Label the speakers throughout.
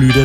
Speaker 1: lytter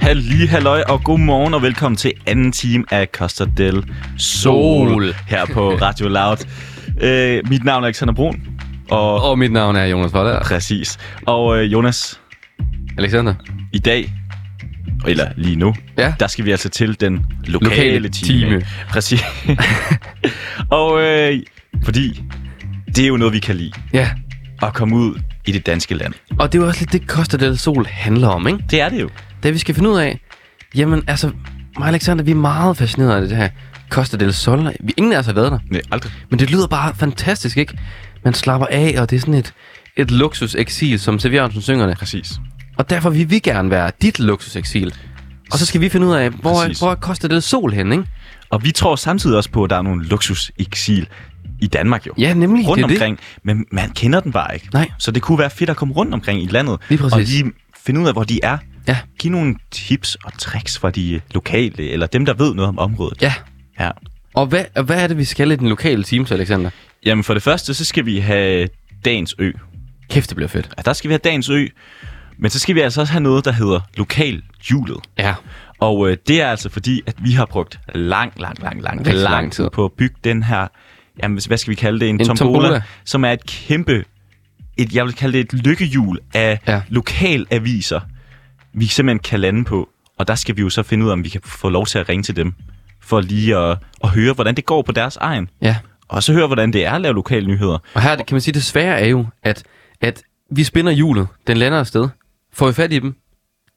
Speaker 2: Halli, halløj og god morgen og velkommen til anden time af Costa del Sol,
Speaker 3: Sol.
Speaker 2: her på Radio Loud. Øh, mit navn er Alexander Brun, og
Speaker 3: Og mit navn er Jonas Voller.
Speaker 2: præcis. Og øh, Jonas,
Speaker 3: Alexander.
Speaker 2: i dag, eller lige nu,
Speaker 3: Ja.
Speaker 2: der skal vi altså til den lokale,
Speaker 3: Lokale
Speaker 2: time.
Speaker 3: time.
Speaker 2: Præcis. og øh, fordi det er jo noget, vi kan lide,
Speaker 3: Ja.
Speaker 2: at komme ud i det danske land.
Speaker 3: Og det er jo også lidt det, Costa del Sol handler om, ikke?
Speaker 2: Det er det jo.
Speaker 3: Det vi skal finde ud af, jamen altså, mig og Alexander, vi er meget fascineret af det her Costa del Sol. Vi, ingen af os har været der,
Speaker 2: Nej, aldrig.
Speaker 3: men det lyder bare fantastisk, ikke? Man slapper af, og det er sådan et, et luksuseksil, som Siv Jørgensen synger det.
Speaker 2: Præcis.
Speaker 3: Og derfor vil vi gerne være dit luksuseksil. Og så skal vi finde ud af, hvor,
Speaker 2: Præcis.
Speaker 3: er, hvor er Costa del Sol henne, ikke?
Speaker 2: Og vi tror samtidig også på, at der er nogle luksuseksil i Danmark jo.
Speaker 3: Ja, nemlig.
Speaker 2: rundt
Speaker 3: det er det.
Speaker 2: omkring, men man kender den bare ikke.
Speaker 3: Nej.
Speaker 2: Så det kunne være fedt at komme rundt omkring i landet,
Speaker 3: Lige præcis.
Speaker 2: og lige finde ud af, hvor de er.
Speaker 3: Ja.
Speaker 2: Giv nogle tips og tricks fra de lokale, eller dem, der ved noget om området.
Speaker 3: Ja.
Speaker 2: ja.
Speaker 3: Og hvad, og hvad er det, vi skal i den lokale team, så Alexander?
Speaker 2: Jamen for det første, så skal vi have dagens ø.
Speaker 3: Kæft, det bliver fedt.
Speaker 2: Ja, der skal vi have dagens ø, men så skal vi altså også have noget, der hedder lokalhjulet.
Speaker 3: Ja.
Speaker 2: Og øh, det er altså fordi, at vi har brugt lang, lang, lang, lang,
Speaker 3: Rigtig
Speaker 2: lang
Speaker 3: lang
Speaker 2: tid
Speaker 3: tid.
Speaker 2: på at bygge den her, jamen, hvad skal vi kalde det, en,
Speaker 3: En
Speaker 2: tombola,
Speaker 3: tombola.
Speaker 2: som er et kæmpe, et, jeg vil kalde det et lykkehjul af ja.
Speaker 3: Ja.
Speaker 2: lokalaviser, vi simpelthen kan lande på. Og der skal vi jo så finde ud af, om vi kan få lov til at ringe til dem, for lige at, at høre, hvordan det går på deres egen.
Speaker 3: Ja.
Speaker 2: Og så høre, hvordan det er at lave lokale nyheder.
Speaker 3: Og her kan man sige, at det svære er jo, at, at vi spinder hjulet, den lander afsted. Får vi fat i dem?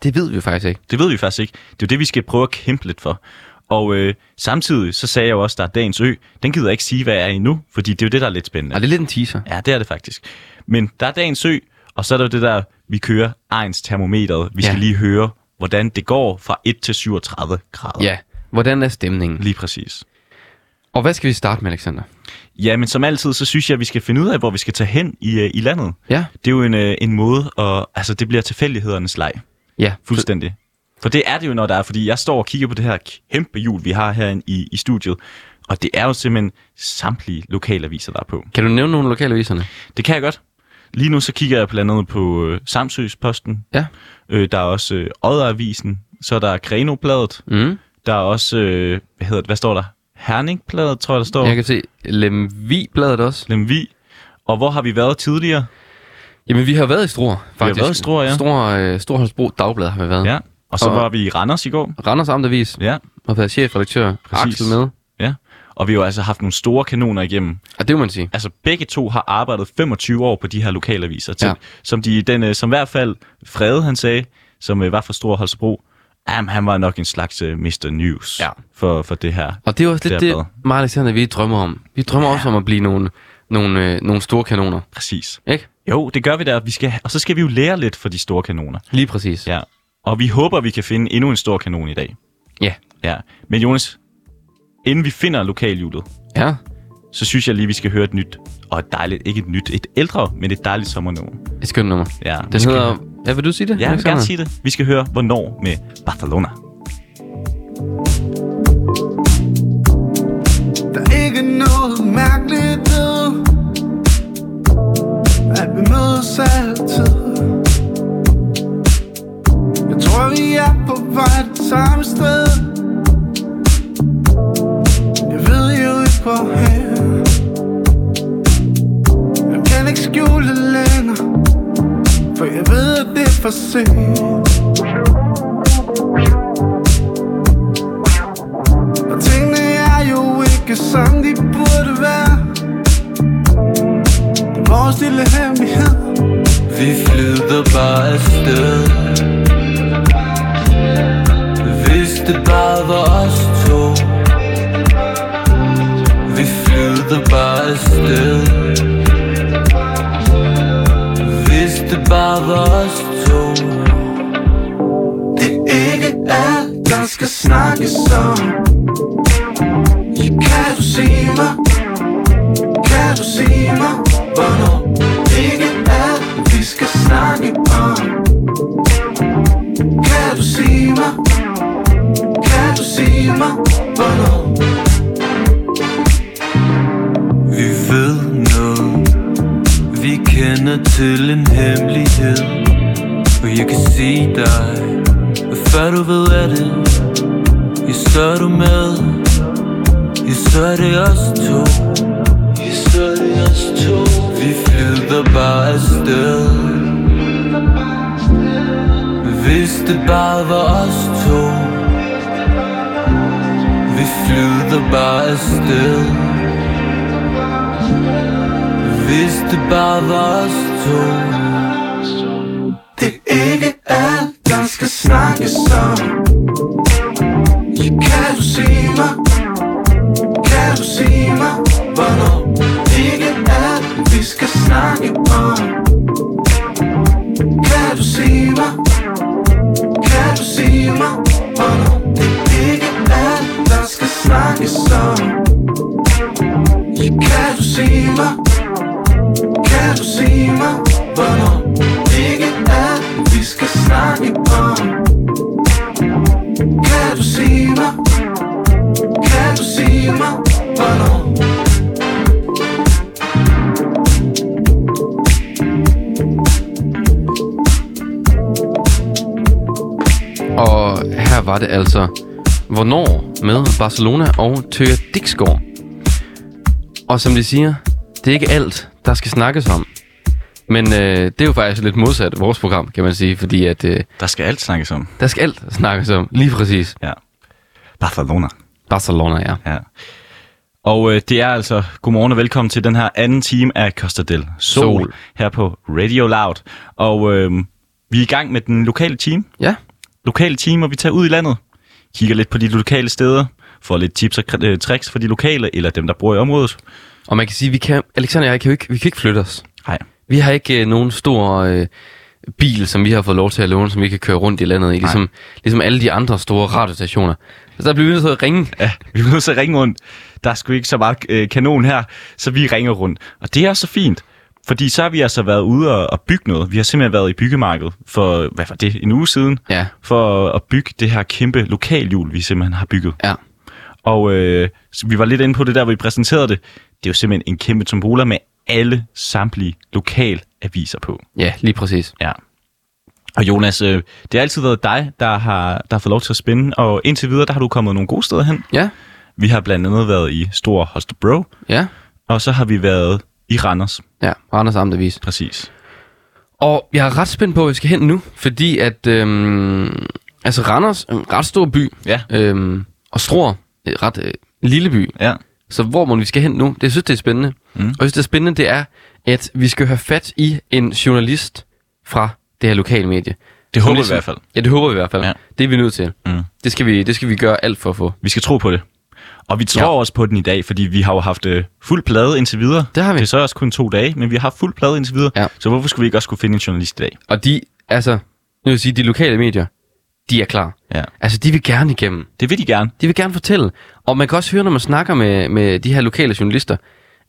Speaker 3: Det ved vi faktisk ikke.
Speaker 2: Det ved vi faktisk ikke. Det er jo det, vi skal prøve at kæmpe lidt for. Og øh, samtidig så sagde jeg jo også, at der er dagens ø. Den gider jeg ikke sige, hvad jeg er endnu, fordi det er jo det, der er lidt spændende.
Speaker 3: Og det er lidt en teaser.
Speaker 2: Ja, det er det faktisk. Men der er dagens ø, og så er der jo det der, vi kører ejens termometeret. Vi skal
Speaker 3: Ja.
Speaker 2: lige høre, hvordan det går fra 1 til 37 grader.
Speaker 3: Ja. Hvordan er stemningen?
Speaker 2: Lige præcis.
Speaker 3: Og hvad skal vi starte med, Alexander?
Speaker 2: Ja, men som altid, så synes jeg, at vi skal finde ud af, hvor vi skal tage hen i, øh, i landet.
Speaker 3: Ja.
Speaker 2: Det er jo en, øh, en måde, og altså, det bliver tilfældighedernes leg.
Speaker 3: Ja.
Speaker 2: Fuldstændig. For det er det jo, når der er, fordi jeg står og kigger på det her kæmpe hjul, vi har herinde i, i studiet, og det er jo simpelthen samtlige lokalaviser, der er på.
Speaker 3: Kan du nævne nogle lokale aviserne?
Speaker 2: Det kan jeg godt. Lige nu så kigger jeg blandt andet på øh, Samsøs Posten.
Speaker 3: Ja.
Speaker 2: Øh, der er også øh, Odderavisen. Så er der Grenobladet.
Speaker 3: Mm.
Speaker 2: Der er også, øh, hvad hedder det, hvad står der? Herningbladet, tror jeg, der står.
Speaker 3: Jeg kan se Lemvi-bladet også.
Speaker 2: Lemvi. Og hvor har vi været tidligere?
Speaker 3: Jamen, vi har været i Struer, faktisk.
Speaker 2: været i Struer, ja.
Speaker 3: Struer, øh, Storholmsbro Dagblad har vi været.
Speaker 2: Ja. Og så
Speaker 3: Og-
Speaker 2: var vi i Randers i går.
Speaker 3: Randers Amtavis
Speaker 2: Ja.
Speaker 3: har været chefredaktør
Speaker 2: Præcis.
Speaker 3: Axel med.
Speaker 2: Ja. Og vi har jo altså haft nogle store kanoner igennem.
Speaker 3: Og det må man sige.
Speaker 2: Altså begge to har arbejdet 25 år på de her lokalaviser. Til, ja.
Speaker 3: Ja.
Speaker 2: Som de, den, øh, som i hvert fald Frede, han sagde, som øh, var fra Stor Holstebro, jamen, han var nok en slags uh, Mr. News
Speaker 3: Ja.
Speaker 2: for, for det her
Speaker 3: Og det er også lidt
Speaker 2: Det
Speaker 3: det,
Speaker 2: er
Speaker 3: det
Speaker 2: bedre.
Speaker 3: mig og Alexander, vi drømmer om. Vi drømmer ja. også om at blive nogle, nogle, øh, nogle store kanoner,
Speaker 2: Præcis.
Speaker 3: ikke?
Speaker 2: Jo, det gør vi der. Vi skal, og så skal vi jo lære lidt for de store kanoner.
Speaker 3: Lige præcis.
Speaker 2: Ja. Og vi håber, vi kan finde endnu en stor kanon i dag.
Speaker 3: Ja.
Speaker 2: Ja. Men Jonas, inden vi finder lokalhjulet,
Speaker 3: Ja.
Speaker 2: så synes jeg lige, vi skal høre et nyt, og et dejligt, ikke et nyt, et ældre, men et dejligt sommernummer.
Speaker 3: Et skønt nummer.
Speaker 2: Ja, vi
Speaker 3: Den
Speaker 2: skal,
Speaker 3: hedder... Ja, vil du sige det?
Speaker 2: Ja, jeg vil
Speaker 3: Alexander?
Speaker 2: gerne sige det. Vi skal høre, hvornår med Barcelona.
Speaker 4: Der er ikke noget mærkeligt ved At vi mødes altid Jeg tror vi er på vej det samme sted Jeg ved jo ikke hvorhen Jeg kan ikke skjule det længere For jeg ved at det er for sent Og tingene er jo ikke som de burde være Det er vores lille hemmelighed
Speaker 5: Vi flyder bare afsted Hvis det bare var os to Vi flyder bare afsted bare var os to
Speaker 4: Det ikke er, der skal snakkes om Ja, Kan du se mig? Kan du se mig? Hvornår ikke er, vi skal snakke om Kan du se mig? Kan du se mig? Hvornår?
Speaker 5: Vi ved noget Vi kender til en hemmelighed Og jeg kan se dig Og før du ved af det Ja, så er du med Ja, så er det os to Ja, så er det os to Vi flyder bare afsted Hvis det bare var os to Vi flyder bare afsted hvis det bare var os to
Speaker 4: Det ikke er, der skal snakkes om Ja, Kan du se mig? Kan du se mig? Hvornår ikke er, vi skal snakke om Kan du se mig? Kan du se mig? Hvornår det ikke er, der skal snakkes om Ja, Kan du se mig? Kan du se mig? Hvornår ikke er, vi skal snakke om Kan du se mig? Kan du se mig? Hvornår
Speaker 3: Og her var det altså, hvornår med Barcelona og Tøger Dixgaard. Og som de siger, det er ikke alt, der skal snakkes om. Men øh, det er jo faktisk lidt modsat vores program, kan man sige, fordi at, øh,
Speaker 2: Der skal alt snakkes om.
Speaker 3: der skal alt snakkes om. Lige præcis.
Speaker 2: Ja. Barcelona.
Speaker 3: Barcelona, ja.
Speaker 2: Ja. Og øh, det er altså godmorgen og velkommen til den her anden time af Costa del Sol,
Speaker 3: Sol.
Speaker 2: Sol. her på Radio Loud. Og øh, vi er i gang med den lokale team.
Speaker 3: Ja,
Speaker 2: Lokale team, hvor vi tager ud i landet, kigger lidt på de lokale steder, får lidt tips og kri- øh, tricks for de lokale eller dem, der bor i området.
Speaker 3: og man kan sige, vi kan, Alexander og jeg kan jo ikke, vi kan ikke flytte os.
Speaker 2: Nej,
Speaker 3: Vi har ikke øh, nogen stor øh, bil, som vi har fået lov til at låne, som vi kan køre rundt i landet i, ligesom, ligesom alle de andre store radiostationer. Så der bliver vi nødt til at ringe.
Speaker 2: ja, vi er nødt til at ringe rundt. Der er sgu ikke så meget øh, kanon her, så vi ringer rundt. Og det er så fint, fordi så har vi altså været ude og, og bygge noget. Vi har simpelthen været i byggemarkedet for, hvad var det, en uge siden?
Speaker 3: Ja,
Speaker 2: for at bygge det her kæmpe lokalhjul, vi simpelthen har bygget.
Speaker 3: ja.
Speaker 2: Og øh, så vi var lidt inde på det der, hvor vi præsenterede det. Det er jo simpelthen en kæmpe tombola med alle samtlige lokalaviser på.
Speaker 3: Ja, lige præcis.
Speaker 2: Ja. Og Jonas, øh, det har altid været dig, der har, der har fået lov til at spænde, og indtil videre, der har du kommet nogle gode steder hen.
Speaker 3: Ja,
Speaker 2: Vi har blandt andet været i Stor Holstebro,
Speaker 3: ja,
Speaker 2: og så har vi været i Randers,
Speaker 3: ja. Randers Amtavis.
Speaker 2: præcis.
Speaker 3: Og jeg er ret spændt på, hvor vi skal hen nu, fordi at, øhm, altså Randers, en ret stor by,
Speaker 2: Ja.
Speaker 3: øhm, og Struer, en ret øh, lille by.
Speaker 2: Ja.
Speaker 3: Så hvor må vi skal hen nu? Det jeg synes det er spændende. Mm. Og jeg synes det er spændende, det er, at vi skal have fat i en journalist fra det her lokale medie.
Speaker 2: Det
Speaker 3: Som
Speaker 2: håber vi i hvert fald.
Speaker 3: Ja, det håber vi i hvert fald. Ja.
Speaker 2: Ja.
Speaker 3: Det er vi nødt til.
Speaker 2: Mm.
Speaker 3: Det, skal vi, det skal vi gøre alt for at få.
Speaker 2: Vi skal tro på det. Og vi tror
Speaker 3: Ja.
Speaker 2: ja. også på den i dag, fordi vi har jo haft øh, fuld plade indtil videre.
Speaker 3: Det har vi.
Speaker 2: Det er så også kun to dage, men vi har haft fuld plade indtil videre.
Speaker 3: Ja.
Speaker 2: Så hvorfor skulle vi ikke også kunne finde en journalist i dag?
Speaker 3: Og de, altså, nu vil jeg sige, de lokale medier, de er klar.
Speaker 2: Ja.
Speaker 3: Altså, de vil gerne igennem.
Speaker 2: Det vil de gerne.
Speaker 3: De vil gerne fortælle. Og man kan også høre, når man snakker med, med de her lokale journalister,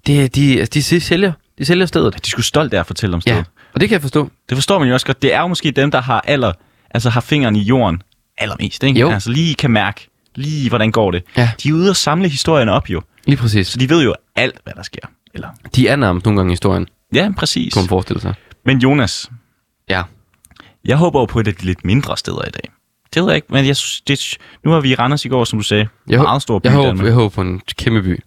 Speaker 3: det, de, altså, de sælger, de sælger stedet.
Speaker 2: De skulle stolt af at fortælle om stedet.
Speaker 3: Ja,
Speaker 2: Ja.
Speaker 3: og det kan jeg forstå.
Speaker 2: Det forstår man jo også godt. Det er jo måske dem, der har aller, altså har fingeren i jorden allermest. Ikke?
Speaker 3: Jo.
Speaker 2: Altså lige kan mærke, lige hvordan går det.
Speaker 3: Ja.
Speaker 2: De er ude og samle historierne op jo.
Speaker 3: Lige præcis.
Speaker 2: Så de ved jo alt, hvad der sker. Eller...
Speaker 3: De er nærmest nogle gange historien,
Speaker 2: Ja, præcis.
Speaker 3: kunne man forestille sig.
Speaker 2: Men Jonas,
Speaker 3: Ja,
Speaker 2: jeg håber jo på et af de lidt mindre steder i dag. Det ved jeg ikke, men jeg, synes, det, nu har vi i Randers i går, som du sagde.
Speaker 3: jeg,
Speaker 2: Jeg
Speaker 3: hå-
Speaker 2: meget stor by
Speaker 3: jeg,
Speaker 2: i
Speaker 3: håber,
Speaker 2: Danmark.
Speaker 3: jeg håber på en kæmpe by.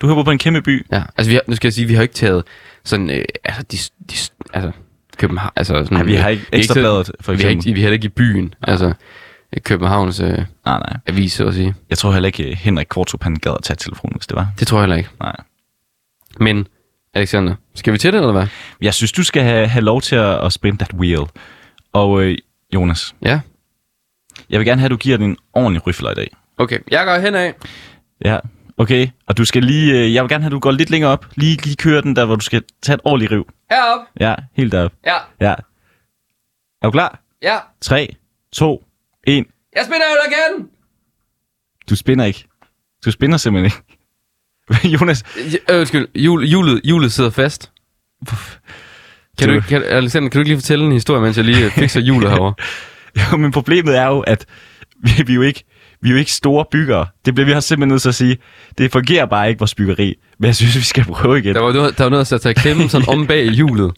Speaker 2: Du håber på en kæmpe by.
Speaker 3: Ja, altså vi har, nu skal jeg sige, vi har ikke taget sådan, øh, altså de, de altså København, altså sådan,
Speaker 2: Nej, vi har ikke
Speaker 3: øh, taget-
Speaker 2: Ekstrabladet, Mm. for
Speaker 3: Vi har,
Speaker 2: eksempel.
Speaker 3: ikke, vi har heller ikke i byen, ja. altså øh, Københavns øh,
Speaker 2: Nej, nej.
Speaker 3: avis, så at sige.
Speaker 2: Jeg tror heller ikke, øh, Henrik Kvartrup, han gad at tage telefonen, hvis det var.
Speaker 3: Det tror jeg heller ikke.
Speaker 2: Nej.
Speaker 3: Men, Alexander, skal vi til det, eller hvad?
Speaker 2: Jeg synes, du skal have, have lov til at, at spænde that wheel. Og øh, Jonas,
Speaker 3: Ja,
Speaker 2: jeg vil gerne have, at du giver den en ordentlig rifler i dag.
Speaker 3: okay. Jeg går henad.
Speaker 2: Ja, okay. Og du skal lige, øh, jeg vil gerne have, at du går lidt længere op. Lige, lige kører den der, hvor du skal tage et ordentligt riv.
Speaker 3: Herop.
Speaker 2: Ja, helt derop.
Speaker 3: Ja.
Speaker 2: Ja. Er du klar?
Speaker 3: Ja,
Speaker 2: 3, 2, 1.
Speaker 3: jeg spiller jo igen!
Speaker 2: Du spinner ikke. Du spinner simpelthen ikke. Jonas,
Speaker 3: Øh, undskyld, jul, julet, julet sidder fast. Kan du, ikke- kan, Alexander, kan du ikke lige fortælle en historie, mens jeg lige fikser julet herovre?
Speaker 2: Jo, men problemet er jo, at vi, vi, er jo ikke, vi er jo ikke store byggere. Det bliver vi også simpelthen nødt til at sige. Det fungerer bare ikke vores byggeri. Men jeg synes, vi skal prøve igen.
Speaker 3: Der var, noget- der var noget at sætte sig i klemmen sådan om bag i hjulet.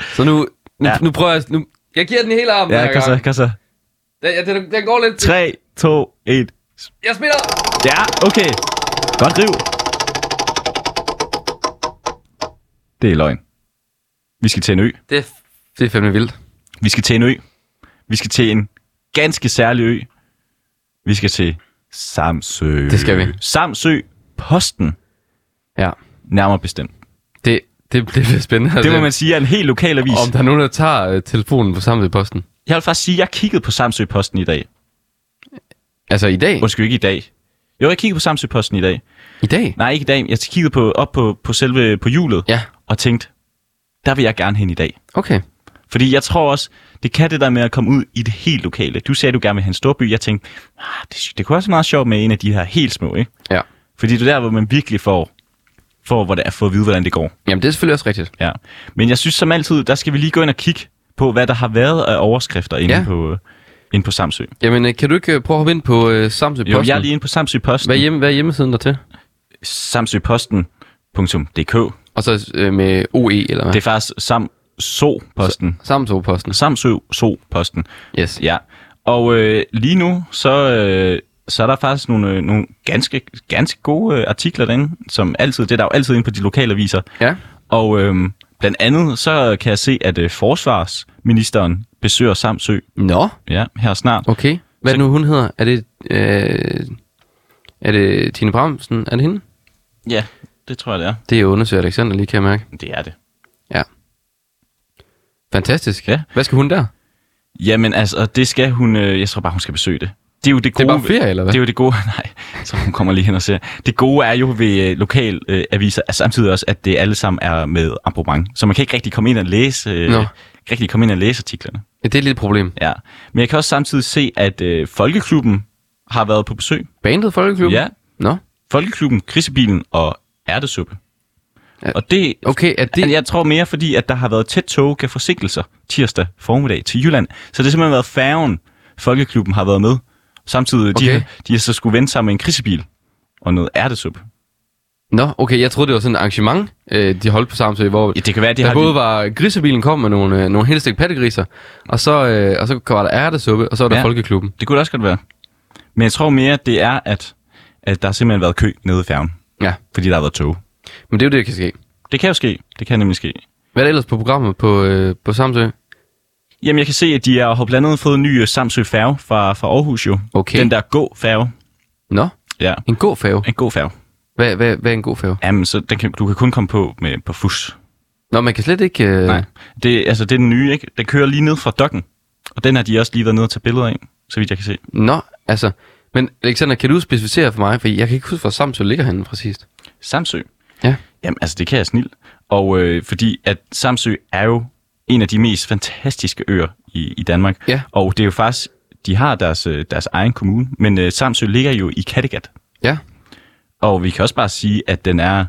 Speaker 3: Så nu, nu, ja.
Speaker 2: Ja.
Speaker 3: nu prøver jeg... Nu, jeg giver den hele armen
Speaker 2: ja, kom så, kom så.
Speaker 3: Den, den, den går lidt...
Speaker 2: 3, 2, 1.
Speaker 3: Jeg spiller...
Speaker 2: Ja, okay. Godt riv. Det er løgn. Vi skal til en ø.
Speaker 3: Det, er- det er fandme vildt.
Speaker 2: Vi skal til en ø. Vi skal til en ganske særlig ø. Vi skal til Samsø.
Speaker 3: Det skal vi.
Speaker 2: Samsø Posten,
Speaker 3: Ja.
Speaker 2: nærmere bestemt.
Speaker 3: Det, det, Altså, det bliver spændende.
Speaker 2: Det må man sige er en helt lokal avis.
Speaker 3: Om der er nogen, der tager øh, telefonen på samme posten.
Speaker 2: Jeg vil faktisk sige, at jeg kiggede på Samsø-posten i dag.
Speaker 3: Altså i dag?
Speaker 2: Undskyld, ikke i dag. Jo, jeg kiggede på Samsø-posten i dag.
Speaker 3: I dag?
Speaker 2: Nej, ikke i dag. Jeg kiggede på, op på, på selve på hjulet
Speaker 3: Ja,
Speaker 2: og tænkte, der vil jeg gerne hen i dag.
Speaker 3: okay.
Speaker 2: Fordi jeg tror også, det kan det der med at komme ud i det helt lokale. Du sagde, du gerne vil have en storby. Jeg tænkte, ah, det, det kunne også være meget sjovt med en af de her helt små, ikke?
Speaker 3: Ja.
Speaker 2: Fordi det er der, hvor man virkelig får, får, hvor det er, får at vide, hvordan det går.
Speaker 3: Jamen det er selvfølgelig også rigtigt.
Speaker 2: Ja. Men jeg synes som altid, der skal vi lige gå ind og kigge på, hvad der har været af overskrifter inde,
Speaker 3: Ja.
Speaker 2: ja. på, øh, inde på Samsø.
Speaker 3: Jamen øh, kan du ikke øh, prøve at hoppe ind på øh, Samsø Posten?
Speaker 2: Jo, jeg er lige inde på Samsø Posten.
Speaker 3: hvad, er hjemme, hvad er hjemmesiden der til?
Speaker 2: samsøposten.dk.
Speaker 3: Og så øh, med OE eller hvad?
Speaker 2: Det er faktisk samsoposten.
Speaker 3: Samsø Posten.
Speaker 2: Samsø-so-posten.
Speaker 3: Yes.
Speaker 2: Ja. Og øh, lige nu, så, øh, så er der faktisk nogle, øh, nogle ganske, ganske gode øh, artikler derinde, som altid, det er der jo altid inde på de lokale aviser.
Speaker 3: Ja.
Speaker 2: Og øh, blandt andet, så kan jeg se, at øh, forsvarsministeren besøger Samsø
Speaker 3: Nå,
Speaker 2: ja, her snart.
Speaker 3: okay. Hvad er det nu hun hedder? Er det, øh, er det Tine Bramsen? Er det hende?
Speaker 2: Ja, det tror jeg, det er.
Speaker 3: Det er undersøger Alexander lige, kan jeg mærke.
Speaker 2: Det er det.
Speaker 3: Ja. Fantastisk.
Speaker 2: Ja.
Speaker 3: Hvad skal hun der?
Speaker 2: Jamen altså, det skal hun, øh, jeg tror bare, hun skal besøge det. Det er jo det
Speaker 3: Det
Speaker 2: gode.
Speaker 3: er bare ferie, eller hvad?
Speaker 2: Det er jo det gode, nej, så hun kommer lige hen og ser. Det gode er jo ved øh, lokal øh, aviser, er samtidig også, at det alle sammen er med abonnement. Så man kan ikke rigtig komme ind og læse, øh,
Speaker 3: Nå.
Speaker 2: ikke rigtig komme ind og læse artiklerne.
Speaker 3: Ja, det er et lille problem.
Speaker 2: Ja. Men jeg kan også samtidig se, at øh, Folkeklubben har været på besøg.
Speaker 3: Bandet Folkeklubben?
Speaker 2: Ja.
Speaker 3: Nå,
Speaker 2: Folkeklubben, Krisebilen og Ærtesuppe.
Speaker 3: Ja.
Speaker 2: Ja. Og det,
Speaker 3: okay. Er det,
Speaker 2: det, jeg tror mere fordi, at der har været tæt tog af forsinkelser tirsdag formiddag til Jylland. Så det har simpelthen været færgen, Folkeklubben har været med. Samtidig okay. de,
Speaker 3: Okay.
Speaker 2: har- de har så skulle vende sammen med en krisebil og noget ærtesuppe.
Speaker 3: Nå, okay, jeg troede, det var sådan et arrangement, øh, de holdt på Samsø, hvor
Speaker 2: Ja, det kan være, det
Speaker 3: der
Speaker 2: har
Speaker 3: både
Speaker 2: de...
Speaker 3: var grisebilen kom med nogle, øh, nogle helstegt pattegriser, og så, øh, og så var der ærtesuppe, og så var der ja.
Speaker 2: Ja.
Speaker 3: Folkeklubben.
Speaker 2: Det kunne det også godt være. Men jeg tror mere, det er, at, at der har simpelthen været kø nede i færgen,
Speaker 3: Ja,
Speaker 2: fordi der har været tog.
Speaker 3: men det er jo det, der kan ske.
Speaker 2: Det kan jo ske. Det kan nemlig ske.
Speaker 3: Hvad er det ellers på programmet på, øh, på Samsø?
Speaker 2: Jamen, jeg kan se, at de har- har blandt andet fået en ny øh, Samsø færge fra, fra Aarhus jo.
Speaker 3: Okay.
Speaker 2: Den der gå færge.
Speaker 3: Nå,
Speaker 2: Ja,
Speaker 3: en god fave.
Speaker 2: en god færge.
Speaker 3: Hvad, hvad, hvad er en god fave?
Speaker 2: Jamen, så den kan, du kan kun komme på med, på fus.
Speaker 3: Nå, man kan slet ikke... Øh,
Speaker 2: Nej. Det, altså, det er den nye, ikke? Den kører lige ned fra dokken. Og den har de også lige været nede og tage billeder af, så vidt jeg kan se.
Speaker 3: Nå, altså... Men Alexander, kan du specificere for mig? For jeg kan ikke huske, hvor Samsø ligger henne præcist.
Speaker 2: Samsø.
Speaker 3: Ja.
Speaker 2: Jamen, altså, det kan jeg snil. Og øh, fordi at Samsø er jo en af de mest fantastiske øer i, i Danmark.
Speaker 3: Ja.
Speaker 2: Og det er jo faktisk, de har deres, øh, deres egen kommune, men øh, Samsø ligger jo i Kattegat.
Speaker 3: Ja,
Speaker 2: Og vi kan også bare sige, at den er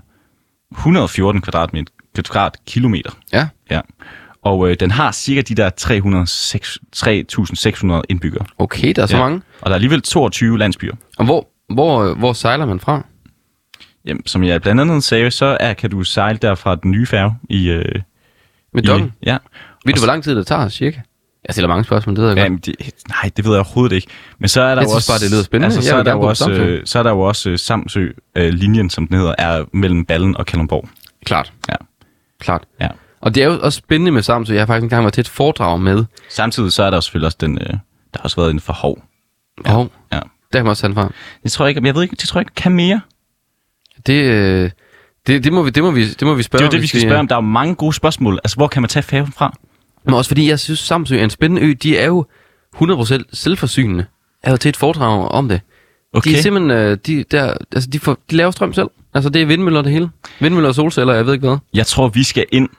Speaker 2: 114 kvadratmeter, kvadratkilometer.
Speaker 3: ja.
Speaker 2: Ja. Og øh, den har cirka de der 306 3.600 indbyggere.
Speaker 3: Okay, der er så ja. mange.
Speaker 2: Og der er alligevel 22 landsbyer.
Speaker 3: Og hvor, hvor, øh, hvor sejler man fra?
Speaker 2: Jamen, som jeg blandt andet sagde, så er, kan du sejle der fra den nye færge i... Øh,
Speaker 3: Med
Speaker 2: i
Speaker 3: dokken?
Speaker 2: ja.
Speaker 3: Ved du, hvor lang tid det tager, cirka? Jeg stiller mange spørgsmål, det ved jeg godt.
Speaker 2: Jamen, det, nej, det ved jeg overhovedet ikke. Men så er der
Speaker 3: Jeg
Speaker 2: jo
Speaker 3: synes
Speaker 2: også...
Speaker 3: bare, det lyder spændende.
Speaker 2: Altså,
Speaker 3: Jeg
Speaker 2: så,
Speaker 3: vil
Speaker 2: er der
Speaker 3: gerne
Speaker 2: jo
Speaker 3: bo på
Speaker 2: også
Speaker 3: Samsø.
Speaker 2: øh, så er der jo også øh, Samsø-linjen, som den hedder, er mellem Ballen og Kalundborg.
Speaker 3: Klart.
Speaker 2: Ja.
Speaker 3: Klart.
Speaker 2: ja.
Speaker 3: Og det er jo også spændende med Samsø. Jeg har faktisk engang været til et foredrag med.
Speaker 2: Samtidig så er der jo selvfølgelig også den... Øh, der har også været en for hov.
Speaker 3: Ja. Og
Speaker 2: Ja.
Speaker 3: der kan man også tage den fra.
Speaker 2: Det tror jeg ikke, jeg ved ikke, det tror jeg ikke kan mere.
Speaker 3: Det, øh, det, det, må vi, det, må vi, det må vi spørge
Speaker 2: Det er
Speaker 3: om,
Speaker 2: jo det, vi
Speaker 3: hvis
Speaker 2: skal spørge om. Der er jo mange gode spørgsmål. Altså, hvor kan man tage færgen fra?
Speaker 3: Men også fordi, jeg synes, Samsø er en spændende ø. De er jo 100% selvforsynende. Jeg har været til et foredrag om det. De er
Speaker 2: Okay.
Speaker 3: simpelthen, øh, de, der, altså, de, får, de laver strøm selv. Altså, det er vindmøller det hele. Vindmøller og solceller, jeg ved ikke hvad.
Speaker 2: Jeg tror, vi skal ind,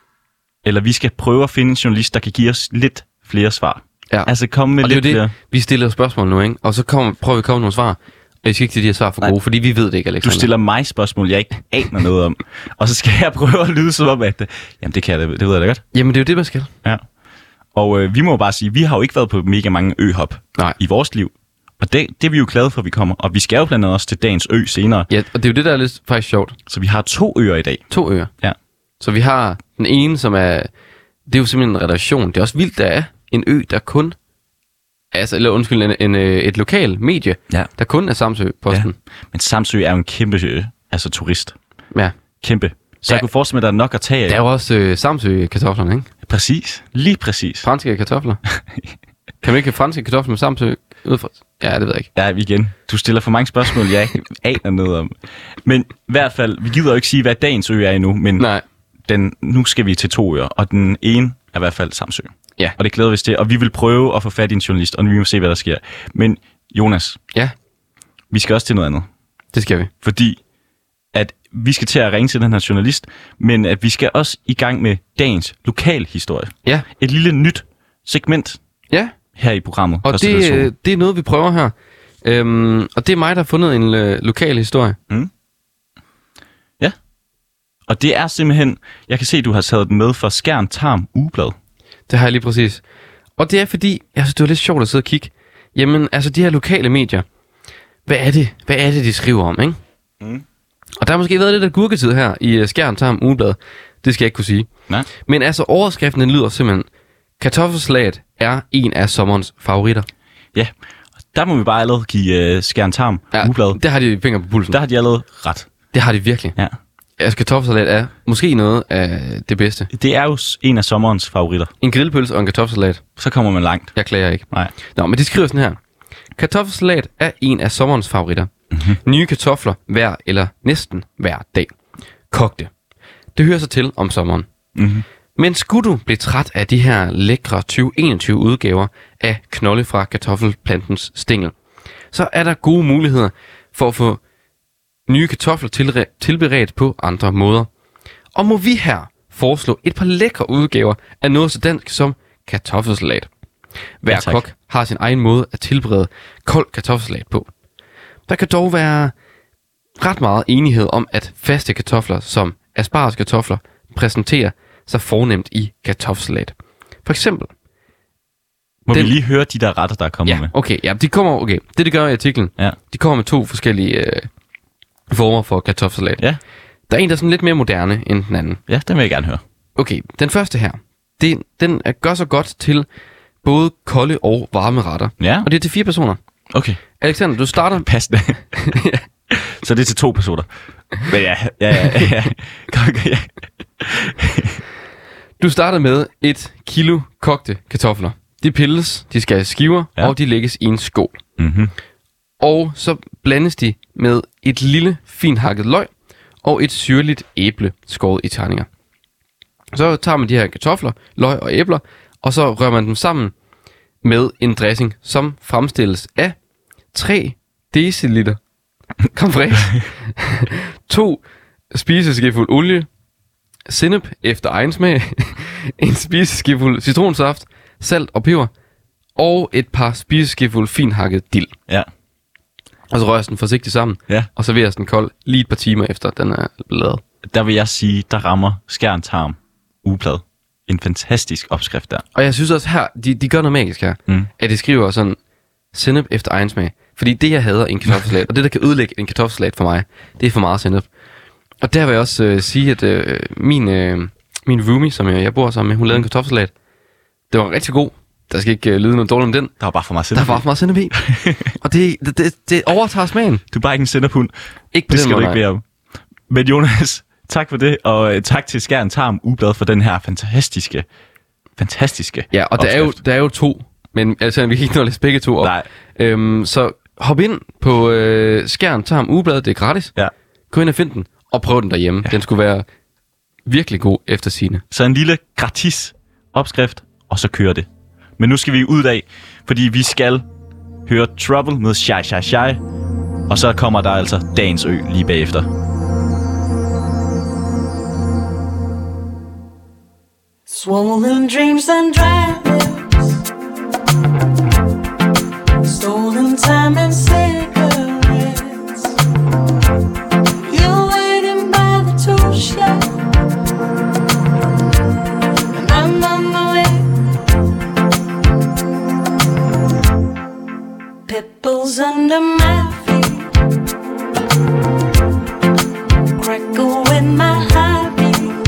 Speaker 2: eller vi skal prøve at finde en journalist, der kan give os lidt flere svar.
Speaker 3: Ja.
Speaker 2: Altså, kom med
Speaker 3: og
Speaker 2: lidt
Speaker 3: det er jo
Speaker 2: flere.
Speaker 3: det, vi stiller spørgsmål nu, ikke? Og så kommer, prøver vi at komme med nogle svar. Og jeg skal ikke til de her svar for
Speaker 2: Nej.
Speaker 3: gode, fordi vi ved det ikke,
Speaker 2: Du
Speaker 3: Alexander.
Speaker 2: stiller mig spørgsmål, jeg ikke aner noget om. Og så skal jeg prøve at lyde som om, at... øh, Jamen, det kan jeg da, det ved jeg da godt.
Speaker 3: Jamen, det er jo det, man skal.
Speaker 2: Ja. Og øh, vi må jo bare sige, vi har jo ikke været på mega mange øhop
Speaker 3: Nej.
Speaker 2: i vores liv. Og det, det er vi jo glade for, at vi kommer. Og vi skal jo blandt andet også til dagens ø senere.
Speaker 3: Ja, og det er jo det, der er lidt faktisk sjovt.
Speaker 2: Så vi har to øer i dag.
Speaker 3: To øer.
Speaker 2: Ja.
Speaker 3: Så vi har den ene, som er... Det er jo simpelthen en relation. Det er også vildt, der er en ø, der kun... Altså, eller undskyld, en, en, øh, et lokal medie,
Speaker 2: Ja.
Speaker 3: der kun er Samsø-posten.
Speaker 2: Men Samsø er jo en kæmpe øh, altså turist.
Speaker 3: Ja. ja.
Speaker 2: Kæmpe. Så
Speaker 3: Der-
Speaker 2: jeg kunne forestille mig, at der er nok at tage af.
Speaker 3: Der er jo også øh, Samsø-kartoflerne, ikke?
Speaker 2: Præcis. Lige præcis.
Speaker 3: Franske kartofler. kan man ikke have franske kartofler med Samsø? Ud fra... Ja, det ved jeg ikke.
Speaker 2: Ja, igen. Du stiller for mange spørgsmål, jeg ikke aner noget om. Men i hvert fald, vi gider jo ikke sige, hvad dagens ø er endnu, men
Speaker 3: Nej.
Speaker 2: den, nu skal vi til to øer, og den ene er i hvert fald Samsø.
Speaker 3: Ja.
Speaker 2: Og det glæder vi os til, og vi vil prøve at få fat i en journalist, og vi må se, hvad der sker. Men Jonas,
Speaker 3: Ja,
Speaker 2: vi skal også til noget andet,
Speaker 3: det skal vi.
Speaker 2: fordi at vi skal til at ringe til den her journalist, men at vi skal også i gang med dagens lokalhistorie.
Speaker 3: Ja.
Speaker 2: Et lille nyt segment
Speaker 3: Ja,
Speaker 2: her i programmet.
Speaker 3: og
Speaker 2: Costa del
Speaker 3: det,
Speaker 2: Sol.
Speaker 3: øh, det er noget, vi prøver her. Øhm, og det er mig, der har fundet en øh, lokal historie.
Speaker 2: Og det er simpelthen, jeg kan se, du har taget den med fra Skærn Tarm Ugeblad.
Speaker 3: Det har jeg lige præcis. Og det er fordi, jeg synes, det var lidt sjovt at sidde og kigge. Jamen, altså de her lokale medier, hvad er det, hvad er det de skriver om, ikke? Mm. Og der har måske været lidt af gurketid her i øh, Skjern Tarm Ugeblad. Det skal jeg ikke kunne sige.
Speaker 2: Nej.
Speaker 3: Men altså, overskriften den lyder simpelthen, kartoffelslaget er en af sommerens favoritter.
Speaker 2: Ja, der må vi bare allerede give uh, Skærn Tarm ja. Ugeblad.
Speaker 3: der har de fingre på pulsen.
Speaker 2: Der
Speaker 3: Der.
Speaker 2: har de allerede ret.
Speaker 3: Det har de virkelig.
Speaker 2: Ja.
Speaker 3: Altså, kartoffelsalat er måske noget af det bedste.
Speaker 2: Det er jo s- en af sommerens favoritter.
Speaker 3: En grillpølse og en kartoffelsalat.
Speaker 2: Så kommer man langt.
Speaker 3: Jeg klager ikke.
Speaker 2: Nej.
Speaker 3: Nå, men de skriver sådan her. Kartoffelsalat er en af sommerens favoritter. Mm-hmm. Nye kartofler hver eller næsten hver dag. Kogte. Det hører sig til om sommeren. Mm-hmm. Men skulle du blive træt af de her lækre 2021 udgaver af knolde fra kartoffelplantens stængel, så er der gode muligheder for at få nye kartofler tilre- tilberedt på andre måder. Og må vi her foreslå et par lækre udgaver af noget så dansk som kartoffelsalat. Hver
Speaker 2: Ja,
Speaker 3: ja,
Speaker 2: tak.
Speaker 3: kok har sin egen måde at tilberede kold kartoffelsalat på. Der kan dog være ret meget enighed om, at faste kartofler som aspargeskartofler præsenterer sig fornemt i kartoffelsalat. For eksempel
Speaker 2: Må
Speaker 3: Den-
Speaker 2: vi lige høre de der retter, der er kommet med?
Speaker 3: Ja, okay. Ja, de kommer, okay. Det, de gør i artiklen,
Speaker 2: Ja.
Speaker 3: de kommer med to forskellige øh, former for kartoffelsalat.
Speaker 2: Ja.
Speaker 3: Der er en, der er sådan lidt mere moderne end den anden.
Speaker 2: ja, den vil jeg gerne høre.
Speaker 3: Okay, den første her, det, den er, gør så godt til både kolde og varme retter.
Speaker 2: Ja.
Speaker 3: Og det er til fire personer.
Speaker 2: Okay,
Speaker 3: Alexander, du starter...
Speaker 2: pas det. Så det er til to personer. Men ja, ja, ja. ja. Kom, ja.
Speaker 3: Du starter med et kilo kogte kartofler. De pilles, de skal i skiver,
Speaker 2: Ja.
Speaker 3: ja. og de lægges i en skål.
Speaker 2: Mm-hmm.
Speaker 3: Og så blandes de med et lille finhakket løg og et syrligt æble skåret i terninger. Så tager man de her kartofler, løg og æbler, og så rører man dem sammen med en dressing, som fremstilles af 3 dl komfræs, 2 spiseskefuld olie, sennep efter egen smag, en spiseskefuld citronsaft, salt og peber, og et par spiseskefulde finhakket dild.
Speaker 2: Ja.
Speaker 3: Og så røres den forsigtigt sammen,
Speaker 2: ja,
Speaker 3: og serveres den kold lige et par timer efter, den er blevet lavet.
Speaker 2: der vil jeg sige, der rammer Skærn Tarm Ugeblad. En fantastisk opskrift der.
Speaker 3: Og jeg synes også her, de, de gør noget magisk her,
Speaker 2: Mm.
Speaker 3: at de skriver sådan, sennep efter egen smag. Fordi det, jeg hader i en kartoffelsalat, og det, der kan ødelægge en kartoffelsalat for mig, det er for meget sennep. Og der vil jeg også øh, sige, at øh, min, øh, min roomie, som jeg, jeg bor sammen med, hun lavede en kartoffelsalat. Det var rigtig god. Der skal ikke øh, lyde noget dårligt om den.
Speaker 2: Der var bare for meget
Speaker 3: Der
Speaker 2: sennep.
Speaker 3: var for meget sennep i. og det, det, det, det overtager smagen.
Speaker 2: Du er bare ikke en senderhund.
Speaker 3: Ikke på
Speaker 2: Det
Speaker 3: den
Speaker 2: skal du
Speaker 3: måde,
Speaker 2: ikke
Speaker 3: nej.
Speaker 2: bede om. Men Jonas, tak for det, og øh, tak til Skjern Tarm Ublad for den her fantastiske, fantastiske
Speaker 3: Ja, og der er, jo,
Speaker 2: opskrift.
Speaker 3: der er jo to, men altså, vi kan ikke nå at læse begge to op.
Speaker 2: Nej.
Speaker 3: Øhm, så hop ind på øh, Skjern Tarm Ugebladet, det er gratis.
Speaker 2: Ja.
Speaker 3: Gå ind og find den, og prøv den derhjemme. Ja. Den skulle være virkelig god efter sine.
Speaker 2: Så en lille gratis opskrift, og så kører det. Men nu skal vi ud af, fordi vi skal høre Trouble med Shai Shai Shai, og så kommer der altså Dagens Ø lige bagefter.
Speaker 6: Swollen dreams and dragons Pebbles under my feet. Crackle with my heartbeat.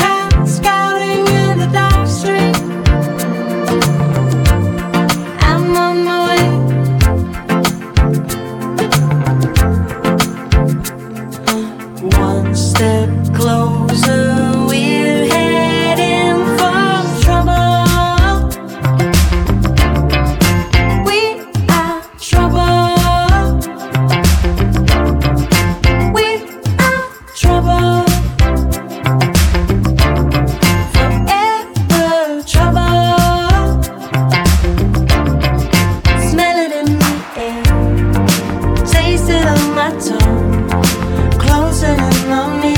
Speaker 6: Cat scouting in the dark street. I'm on my way. One step closer, we're heading for trouble. We are trouble. We are trouble. Forever trouble. Smell it in the air. Taste it on my tongue closing in on me.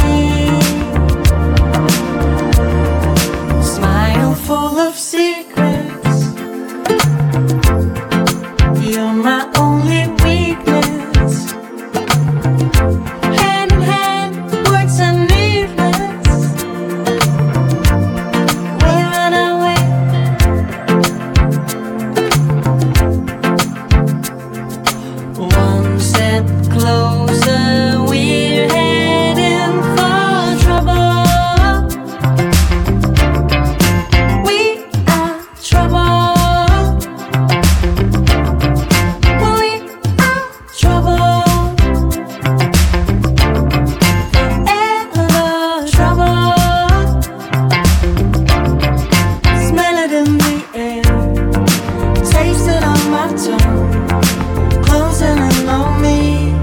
Speaker 6: Smile full of secrets. You're my only weakness. Hand in hand, words are needless. We're on our way. One step closer, we're heading for trouble. We are trouble. We are trouble. Forever trouble. Smell it in the air, taste it on my tongue closing in on me.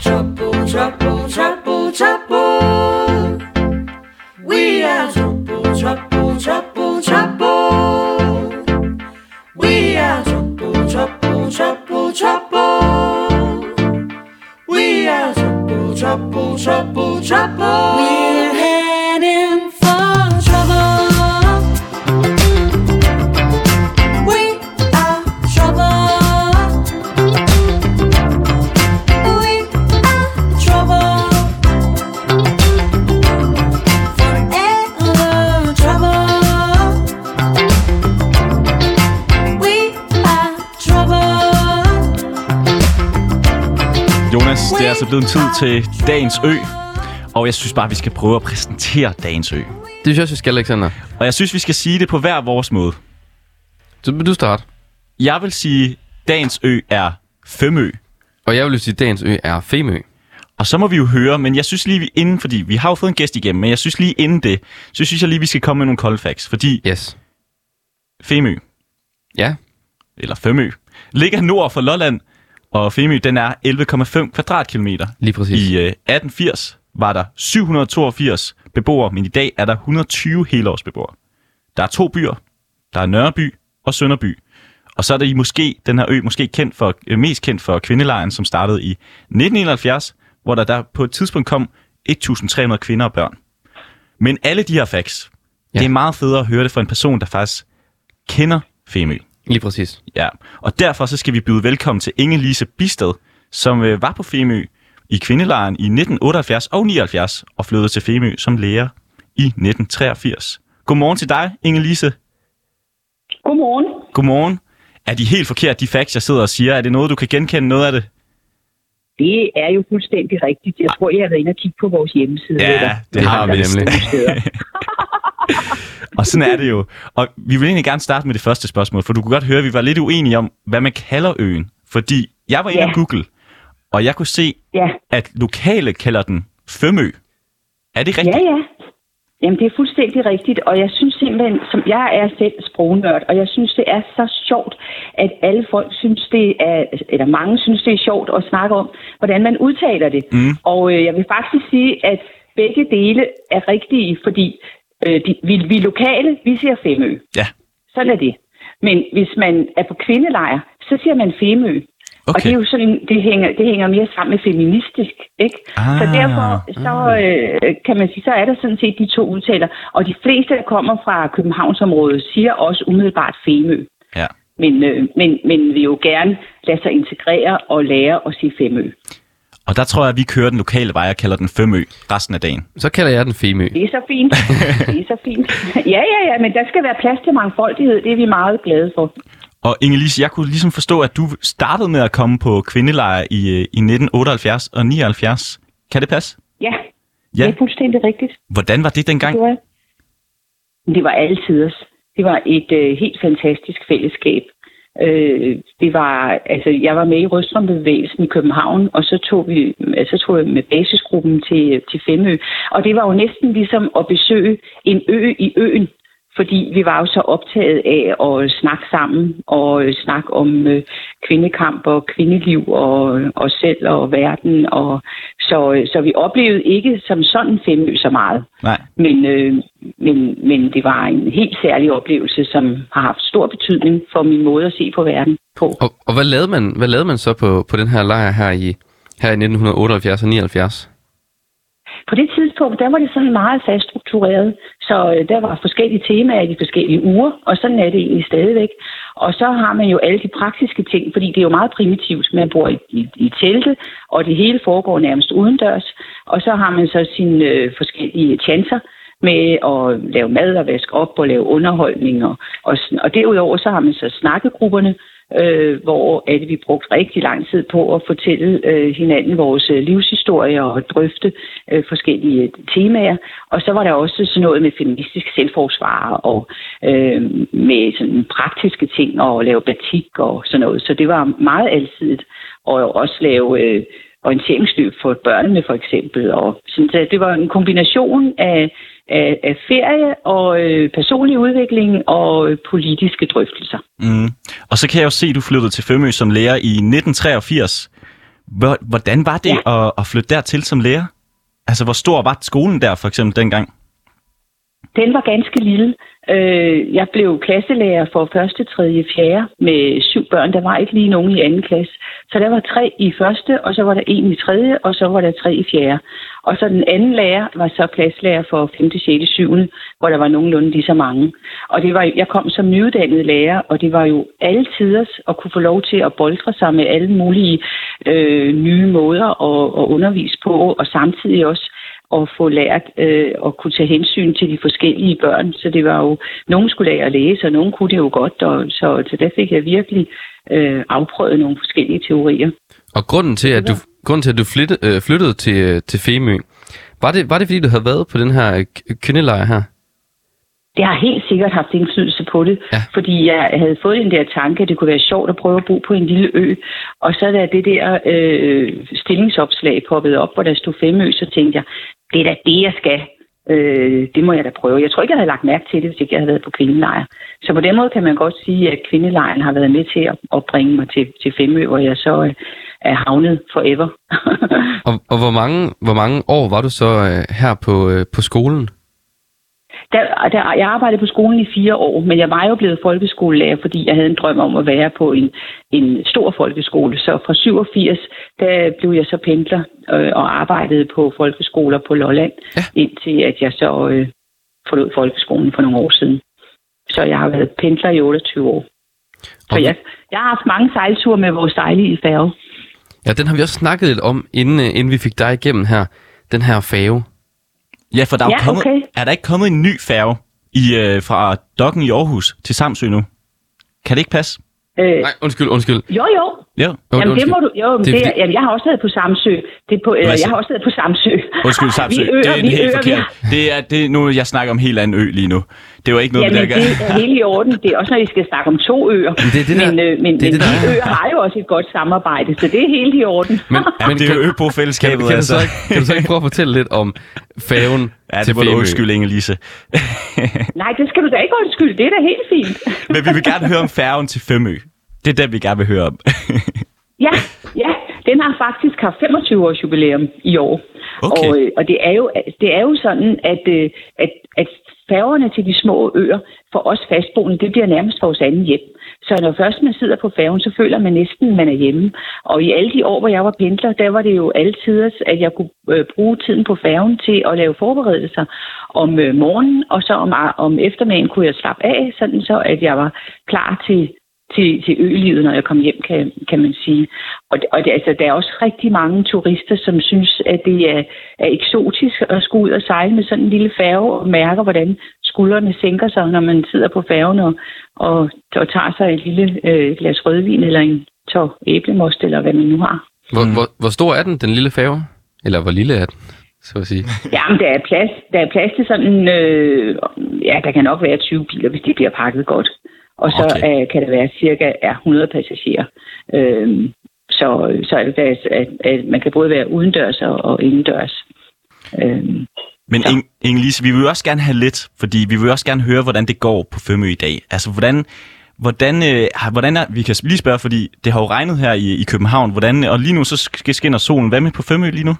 Speaker 6: Trouble, trouble, trouble, trouble. We are trouble, trouble, trouble, trouble. We are trouble, trouble, trouble, trouble. We are trouble, trouble, trouble, trouble. We're heading for trouble. We are trouble. We are trouble. Forever trouble. We are trouble.
Speaker 2: Jonas, det er altså blevet en tid til Dagens Ø. Og jeg synes bare, vi skal prøve at præsentere Dagens Ø.
Speaker 3: Det synes jeg også, vi skal, Alexander.
Speaker 2: Og jeg synes, vi skal sige det på hver vores måde.
Speaker 3: Så vil du starte.
Speaker 2: Jeg vil sige, Dagens Ø er Femø.
Speaker 3: Og jeg vil jo sige, at dagens ø er Femø.
Speaker 2: Og så må vi jo høre, men jeg synes lige vi inden, fordi vi har jo fået en gæst igennem, men jeg synes lige inden det, så synes jeg lige, vi skal komme med nogle cold facts, fordi
Speaker 3: Yes.
Speaker 2: Femø,
Speaker 3: Ja.
Speaker 2: eller Femø, ligger nord for Lolland, og Femø, den er 11,5 kvadratkilometer.
Speaker 3: Lige præcis.
Speaker 2: I øh, 1880 var der 782 beboere, men i dag er der 120 helårsbeboere. Der er to byer. Der er Nørreby og Sønderby. Og så er der i måske, den her ø måske kendt for, øh, mest kendt for kvindelejren, som startede i 1971, hvor der, der på et tidspunkt kom 1.300 kvinder og børn. Men alle de her facts, ja.
Speaker 3: Ja.
Speaker 2: det er meget federe at høre det fra en person, der faktisk kender Femø.
Speaker 3: Lige præcis.
Speaker 2: Ja, og derfor så skal vi byde velkommen til Inge-Lise Bisted, som øh, var på Femø i kvindelejren i 1978 og 79 og flyttede til Femø som lærer i 1983. Godmorgen til dig, Inge-Lise.
Speaker 7: Godmorgen.
Speaker 2: Godmorgen. Er de helt forkert, de facts, jeg sidder og siger? Er det noget, du kan genkende noget af det?
Speaker 7: Det er jo fuldstændig rigtigt. Jeg tror, jeg har været inde og kigge på vores hjemmeside. eller
Speaker 3: Det har vi
Speaker 2: vist.
Speaker 3: nemlig.
Speaker 7: steder.
Speaker 2: Og sådan er det jo. Og vi vil egentlig gerne starte med det første spørgsmål, for du kunne godt høre, at vi var lidt uenige om, hvad man kalder øen. Fordi jeg var inde
Speaker 7: Ja.
Speaker 2: yeah. Google, og jeg kunne se,
Speaker 7: Ja,
Speaker 2: at lokale kalder den Femø. Er det rigtigt?
Speaker 7: ja, ja. Jamen, det er fuldstændig rigtigt, og jeg synes simpelthen, som jeg er selv sprognørd, og jeg synes, det er så sjovt, at alle folk synes, det er, eller mange synes, det er sjovt at snakke om, hvordan man udtaler det. Mm. Og øh, jeg vil faktisk sige, at begge dele er rigtige, fordi øh, de, vi, vi lokale, vi siger Femø.
Speaker 2: Ja.
Speaker 7: Sådan er det. Men hvis man er på kvindelejr, så siger man Femø. Okay. Og
Speaker 2: Okay.
Speaker 7: det er jo sådan, det hænger, det hænger mere sammen med feministisk, ikke?
Speaker 2: Ah.
Speaker 7: så derfor, så øh, kan man sige, så er der sådan set de to udtaler. Og de fleste, der kommer fra Københavnsområdet, siger også umiddelbart Femø.
Speaker 2: Ja.
Speaker 7: Men, øh, men, men vil jo gerne lade sig integrere og lære at sige Femø.
Speaker 2: Og der tror jeg, at vi kører den lokale vej og kalder den Femø resten af dagen.
Speaker 3: Så kalder jeg den Femø.
Speaker 7: Det er så fint. det er så fint. Ja, ja, ja, men der skal være plads til mangfoldighed. Det er vi meget glade for.
Speaker 2: Og Inge-Lise, jeg kunne ligesom forstå, at du startede med at komme på kvindelejre i, øh, i 1978 og 79. Kan det passe?
Speaker 7: Ja,
Speaker 2: Ja.
Speaker 7: det er fuldstændig rigtigt.
Speaker 2: Hvordan var det dengang?
Speaker 7: Det var, det var altid. Det var et øh, helt fantastisk fællesskab. Øh, det var, altså, jeg var med i Rødstrømbevægelsen i København, og så tog, vi, øh, så tog jeg med basisgruppen til, øh, til Femø. Og det var jo næsten ligesom at besøge en ø i øen, fordi vi var jo så optaget af at snakke sammen og øh, snakke om øh, kvindekamp og kvindeliv og øh, os selv og verden. Og, så, øh, så vi oplevede ikke som sådan Femø så meget.
Speaker 2: Nej.
Speaker 7: Men, øh, men, men det var en helt særlig oplevelse, som har haft stor betydning for min måde at se på verden på.
Speaker 3: Og, og hvad, lavede man, hvad lavede man så på, på den her lejr her i, her i 1978 og 79?
Speaker 7: På det tidspunkt, der var det sådan meget fast struktureret, så øh, der var forskellige temaer i de forskellige uger, og sådan er det egentlig stadigvæk. Og så har man jo alle de praktiske ting, fordi det er jo meget primitivt. Man bor i, i, i telte, og det hele foregår nærmest udendørs, og så har man så sine øh, forskellige chancer, med at lave mad og vaske op og lave underholdning. Og, og, sådan. og derudover så har man så snakkegrupperne, øh, hvor at vi brugte rigtig lang tid på at fortælle øh, hinanden vores øh, livshistorier og drøfte øh, forskellige temaer. Og så var der også sådan noget med feministisk selvforsvar og øh, med sådan praktiske ting og lave batik og sådan noget. Så det var meget alsidigt. Og også lave øh, orienteringsløb for børnene for eksempel. Og sådan, så det var en kombination af, af, af ferie og øh, personlig udvikling og øh, politiske drøftelser.
Speaker 2: Mm. Og så kan jeg jo se, at du flyttede til Femø som lærer i 1983. Hvor- Hvordan var det ja. at, at flytte dertil som lærer? Altså, hvor stor var skolen der, for eksempel, dengang?
Speaker 7: Den var ganske lille. Øh, jeg blev klasselærer for første, tredje, fjerde med syv børn. Der var ikke lige nogen i anden klasse. Så der var tre i første, og så var der en i tredje, og så var der tre i fjerde. Og så den anden lærer var så klasselærer for 5., 6., 7., hvor der var nogenlunde lige så mange. Og det var, jo- jeg kom som nyuddannet lærer, og det var jo alle tiders at kunne få lov til at boldre sig med alle mulige øh, nye måder at, at undervise på, og samtidig også at få lært øh, at kunne tage hensyn til de forskellige børn. Så det var jo, nogen skulle lære at læse, og nogen kunne det jo godt, og så, så der fik jeg virkelig øh, afprøvet nogle forskellige teorier.
Speaker 3: Og grunden til, at du, grunden til, at du flytte, øh, flyttede til, øh, til Femø, var det, var det fordi, du havde været på den her øh, k- kvindelejr her?
Speaker 7: Det har helt sikkert haft indflydelse på det,
Speaker 3: Ja.
Speaker 7: ja. fordi jeg havde fået den der tanke, at det kunne være sjovt at prøve at bo på en lille ø. Og så da det der øh, stillingsopslag poppede op, hvor der stod fem ø, så tænkte jeg, det er da det, jeg skal. Øh, det må jeg da prøve. Jeg tror ikke, jeg havde lagt mærke til det, hvis ikke jeg havde været på kvindelejr. Så på den måde kan man godt sige, at kvindelejren har været med til at, at bringe mig til, til Femø, hvor jeg så øh, er havnet forever.
Speaker 3: Og, og hvor, mange, hvor mange år var du så øh, her på, øh, på skolen?
Speaker 7: Der, der, jeg arbejdede på skolen i fire år, men jeg var jo blevet folkeskolelærer, fordi jeg havde en drøm om at være på en, en stor folkeskole. Så fra 87, der blev jeg så pendler øh, og arbejdede på folkeskoler på Lolland, ja. indtil at jeg så øh, forlod folkeskolen for nogle år siden. Så jeg har været pendler i 28 år. Så
Speaker 3: Og-
Speaker 7: jeg, jeg har haft mange sejlture med vores dejlige færge.
Speaker 3: Ja, den har vi også snakket lidt om, inden, øh, inden vi fik dig igennem her. Den her fave.
Speaker 2: Ja, for der er, jo
Speaker 7: Ja,
Speaker 2: kommet,
Speaker 7: okay.
Speaker 2: er der ikke kommet en ny færge i, øh, fra Dokken i Aarhus til Samsø nu? Kan det ikke passe?
Speaker 7: Øh,
Speaker 3: Nej, undskyld, undskyld.
Speaker 7: jo, jo,
Speaker 2: Ja.
Speaker 3: Jo,
Speaker 7: Jamen, det
Speaker 3: undskyld.
Speaker 7: må du, jo, men
Speaker 3: Det
Speaker 7: det
Speaker 3: er
Speaker 7: er,
Speaker 3: fordi-
Speaker 7: jamen, jeg har også været på Samsø. Det er på, øh,
Speaker 2: Hvad så?
Speaker 7: jeg har også været på Samsø.
Speaker 2: Undskyld, Samsø.
Speaker 7: Ah, Vi øger,
Speaker 2: det er
Speaker 7: vi
Speaker 2: en helt
Speaker 7: øger, vi-
Speaker 2: forkert. Det er, det, nu, jeg snakker om en helt anden ø lige nu. Det var ikke noget,
Speaker 7: Jamen,
Speaker 2: med det,
Speaker 7: det er helt i orden. Det er også, når I skal snakke om to øer.
Speaker 3: Men det er det, der-
Speaker 7: men, øh, men,
Speaker 3: det er
Speaker 7: men
Speaker 3: det, der
Speaker 7: de
Speaker 3: er-
Speaker 7: øer har jo også et godt samarbejde, så det er helt i orden.
Speaker 3: Men,
Speaker 2: Ja, men det er jo
Speaker 3: kan, kan,
Speaker 2: øbofællesskabet,
Speaker 3: kan, du
Speaker 2: altså.
Speaker 3: så ikke, kan du så ikke prøve at fortælle lidt om faven
Speaker 2: Ja,
Speaker 3: til
Speaker 2: det var
Speaker 3: Femø?
Speaker 2: du undskyld, Inge-Lise.
Speaker 7: Nej, det skal du da ikke undskylde. Det er da helt fint.
Speaker 2: Men vi vil gerne høre om færgen til Femø. Det er den, vi gerne vil høre om.
Speaker 7: Ja, ja, den har faktisk haft 25 års jubilæum i år.
Speaker 2: Okay.
Speaker 7: Og, øh, og det, er jo, det er jo sådan, at, øh, at, at færgerne til de små øer for os fastboende, det bliver nærmest vores anden hjem. Så når først man sidder på færgen, så føler man næsten, at man er hjemme. Og i alle de år, hvor jeg var pendler, der var det jo altid, at jeg kunne øh, bruge tiden på færgen til at lave forberedelser om øh, morgenen, og så om, om eftermiddagen kunne jeg slappe af, sådan så at jeg var klar til til, til ølivet, når jeg kom hjem, kan, kan man sige. Og, det- og det, altså, der er også rigtig mange turister, som synes, at det er, er eksotisk at skulle ud og sejle med sådan en lille færge og mærker, hvordan skuldrene sænker sig, når man sidder på færgen og, og, og tager sig et lille øh, glas rødvin eller en tår æblemost, eller hvad man nu har.
Speaker 3: Hvor, mm. hvor, hvor stor er den, den lille færge? Eller hvor lille er den, så at sige?
Speaker 7: Jamen, der er plads, der er plads til sådan, øh, ja, der kan nok være 20 biler, hvis de bliver pakket godt. Og så
Speaker 2: Okay.
Speaker 7: okay. øh, kan der være cirka ja, 100 passagerer. Øh, så, så er det plads, at, at man kan både være udendørs og, og indendørs. Øh,
Speaker 2: Men
Speaker 7: Ja.
Speaker 2: Inge- Inge-Lise, vi vil jo også gerne have lidt, fordi vi vil jo også gerne høre, hvordan det går på Femø i dag. Altså, hvordan, hvordan, øh, har- hvordan er, vi kan lige spørge, fordi det har jo regnet her i, i København, hvordan, og lige nu så sk- skinner solen. Hvad med på Femø lige nu?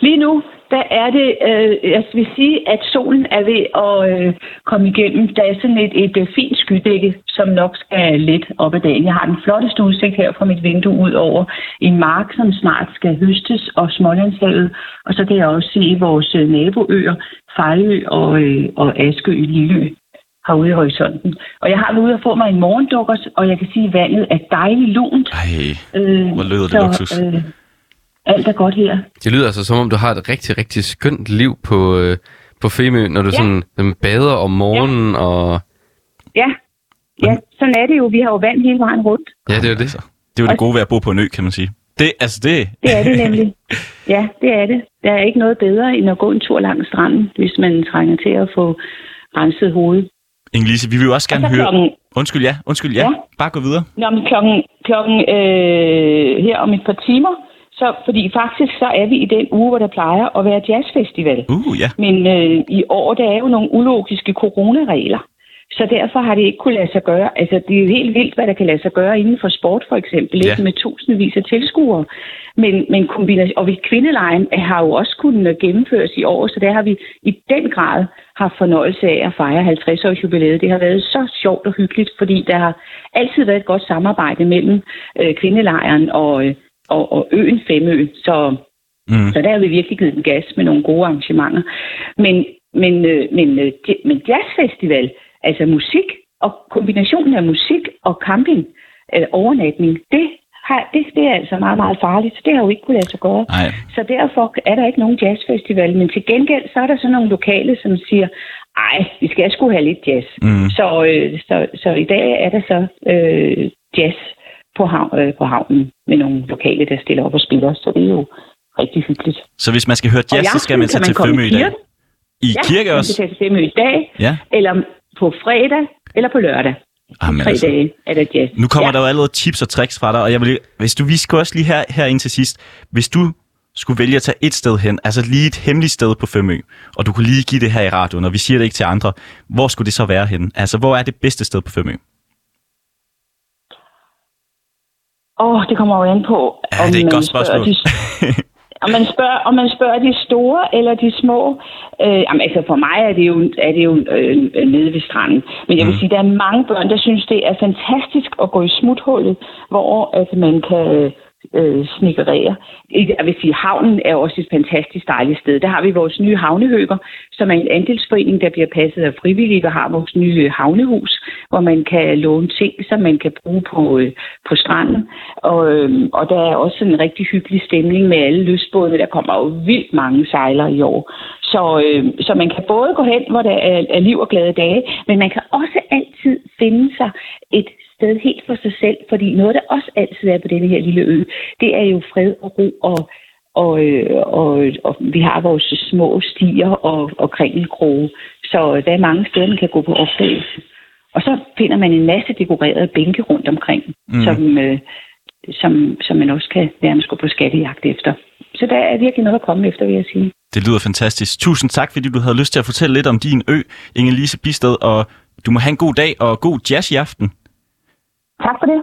Speaker 7: Lige nu, der er det, øh, jeg vil sige, at solen er ved at øh, komme igennem. Der er sådan et, et øh, fint skydække, som nok skal lidt op ad dagen. Jeg har den flotteste udsigt her fra mit vindue ud over en mark, som snart skal høstes, og Smålandshavet. Og så kan jeg også se vores øh, naboøer, Fejø og, øh, og Askø i Lilleø herude i horisonten. Og jeg har været ude og få mig en morgendukkers, og jeg kan sige, at vandet er dejligt lunt.
Speaker 2: Ej,
Speaker 7: Øh,
Speaker 2: Hvor lyder det luksus.
Speaker 7: Øh, alt er godt her.
Speaker 3: Det lyder altså, som om du har et rigtig, rigtig skønt liv på, øh, på Femø, når du ja.
Speaker 7: Ja.
Speaker 3: sådan øhm, bader om morgenen, ja. og...
Speaker 7: Ja. ja, sådan er det jo. Vi har jo vand hele vejen rundt.
Speaker 3: Ja, det er jo det.
Speaker 2: Altså, det er jo det gode ved at bo på en ø, kan man sige. Det, altså det,
Speaker 7: Det er det nemlig. Ja, det er det. Der er ikke noget bedre end at gå en tur langs stranden, hvis man trænger til at få renset hovedet.
Speaker 2: Inge-Lise, vi vil jo også gerne
Speaker 7: Og så
Speaker 2: høre...
Speaker 7: klokken-
Speaker 2: Undskyld, ja. Undskyld, ja. ja.
Speaker 7: Ja.
Speaker 2: Bare gå videre.
Speaker 7: Nå, men klokken, klokken øh, her om et par timer, så, fordi faktisk så er vi i den uge, hvor der plejer at være jazzfestival.
Speaker 2: Uh, ja.
Speaker 7: Men øh, i år, der er jo nogle ulogiske coronaregler. Så derfor har det ikke kunne lade sig gøre. Altså, det er jo helt vildt, hvad der kan lade sig gøre inden for sport, for eksempel,
Speaker 2: Ja.
Speaker 7: ikke? med tusindvis af tilskuere. Men, men kombination, og vi kvindelejen har jo også kunnet gennemføres i år, så der har vi i den grad haft fornøjelse af at fejre 50-års jubilæet. Det har været så sjovt og hyggeligt, fordi der har altid været et godt samarbejde mellem øh, kvindelejren og, øh, og, og øen Femø. Så
Speaker 2: Mm.
Speaker 7: så der har vi virkelig givet den gas med nogle gode arrangementer. Men, men, øh, men, øh, ja- men jazzfestival, altså musik og kombinationen af musik og camping, øh, overnatning, det, har, det, det er altså meget, meget farligt, så det har jo ikke kunne lade sig gøre.
Speaker 2: Nej.
Speaker 7: Så derfor er der ikke nogen jazzfestival, men til gengæld så er der sådan nogle lokale, som siger, ej, vi skal sgu have lidt jazz.
Speaker 2: Mm.
Speaker 7: Så, øh, så, så i dag er der så øh, jazz på, hav, øh, på havnen med nogle lokale, der stiller op og spiller, så det er jo rigtig hyggeligt.
Speaker 2: Så hvis man skal høre
Speaker 7: Og i
Speaker 2: jazz, så
Speaker 7: aften
Speaker 2: skal man tage
Speaker 7: kan
Speaker 2: til
Speaker 7: komme
Speaker 2: Femø i dag.
Speaker 7: kirke.
Speaker 2: I
Speaker 7: ja,
Speaker 2: kirke
Speaker 7: man
Speaker 2: også?
Speaker 7: kan tage til Femø i dag,
Speaker 2: Ja.
Speaker 7: eller på fredag, eller på lørdag.
Speaker 2: Jamen,
Speaker 7: Tre
Speaker 2: altså.
Speaker 7: dage er der jazz.
Speaker 2: Nu kommer
Speaker 7: ja.
Speaker 2: ja. der jo allerede tips og tricks fra dig, og jeg vil, hvis du, vi skal også lige her, herind til sidst, hvis du skulle vælge at tage et sted hen, altså lige et hemmeligt sted på Femø, og du kunne lige give det her i radioen, og vi siger det ikke til andre, hvor skulle det så være henne? Altså, hvor er det bedste sted på Femø?
Speaker 7: Åh, oh, det kommer jo an på,
Speaker 2: Ja, det er et
Speaker 7: man
Speaker 2: godt
Speaker 7: spørger
Speaker 2: spørgsmål.
Speaker 7: øh, De, om, man spørger, om man spørger de store eller de små. Øh, jamen, altså for mig er det jo, er det jo øh, nede ved stranden. Men jeg vil mm. sige, der er mange børn, der synes, det er fantastisk at gå i smuthullet, hvor at man kan øh, snikkerere. Jeg vil sige, havnen er også et fantastisk dejligt sted. Der har vi vores nye havnehøger, som er en andelsforening, der bliver passet af frivillige, der har vores nye havnehus, hvor man kan låne ting, som man kan bruge på, øh, på stranden. Og, øh, og der er også en rigtig hyggelig stemning med alle lystbådene. Der kommer jo vildt mange sejlere i år. Så, øh, så man kan både gå hen, hvor der er, er liv og glade dage, men man kan også altid finde sig et sted helt for sig selv, fordi noget, der også altid er på denne her lille ø, det er jo fred og ro og og, øh, og, og vi har vores små stier og, og kringelkroge, så der er mange steder, man kan gå på opdagelse. Og så finder man en masse dekorerede bænke rundt omkring, mm. som, øh, som, som man også kan nærmest gå på skattejagt efter. Så der er virkelig noget at komme efter, vil jeg sige.
Speaker 2: Det lyder fantastisk. Tusind tak, fordi du havde lyst til at fortælle lidt om din ø, Inge-Lise Bisted, og du må have en god dag og god jazz i aften.
Speaker 7: Tak for det.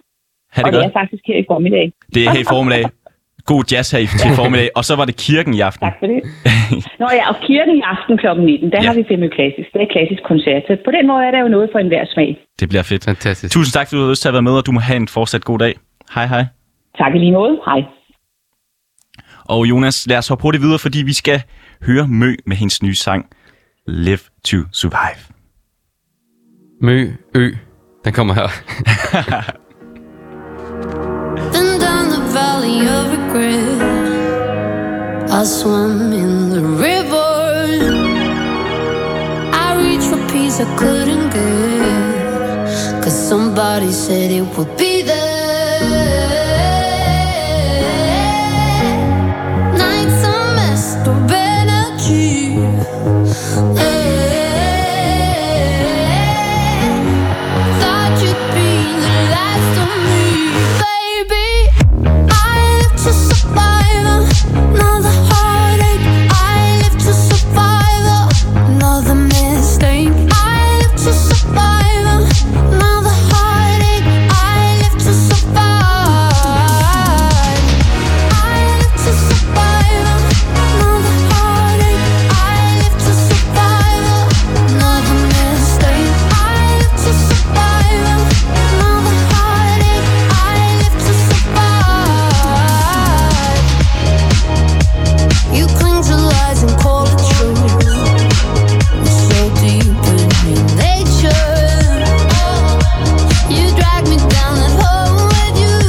Speaker 2: Ha' det
Speaker 7: og
Speaker 2: godt.
Speaker 7: det er faktisk her i formiddag.
Speaker 2: Det er her i formiddag. God jazz her i til formiddag. Og så var det kirken i aften.
Speaker 7: Tak for det. Nå ja, og kirken i aften kl. 19, der
Speaker 2: Ja.
Speaker 7: ja. har vi Femø Klassisk. Det er klassisk koncert. Så på den måde er der jo noget for enhver smag.
Speaker 2: Det bliver fedt.
Speaker 3: Fantastisk.
Speaker 2: Tusind tak, fordi du har lyst til at være med, og du må have en fortsat god dag. Hej hej.
Speaker 7: Tak i lige måde. Hej.
Speaker 2: Og Jonas, lad os hoppe hurtigt videre, fordi vi skal høre Mø med hendes nye sang, Live to Survive.
Speaker 3: Mø, ø, den kommer her.
Speaker 8: Been down the valley of regret. I swam in the river. I place I couldn't get. Cause somebody said it would be there. Nights are messed of energy. Thought you'd be the last of me, baby. I live to survive another heartache. I live to survive another mistake. I live to survive another heartache. I live to survive. I live to survive another heartache. I live to survive another mistake. I live to survive another heartache. I live to survive. You cling to lies and call it true. It's so deep in your nature. You drag me down that hole with you.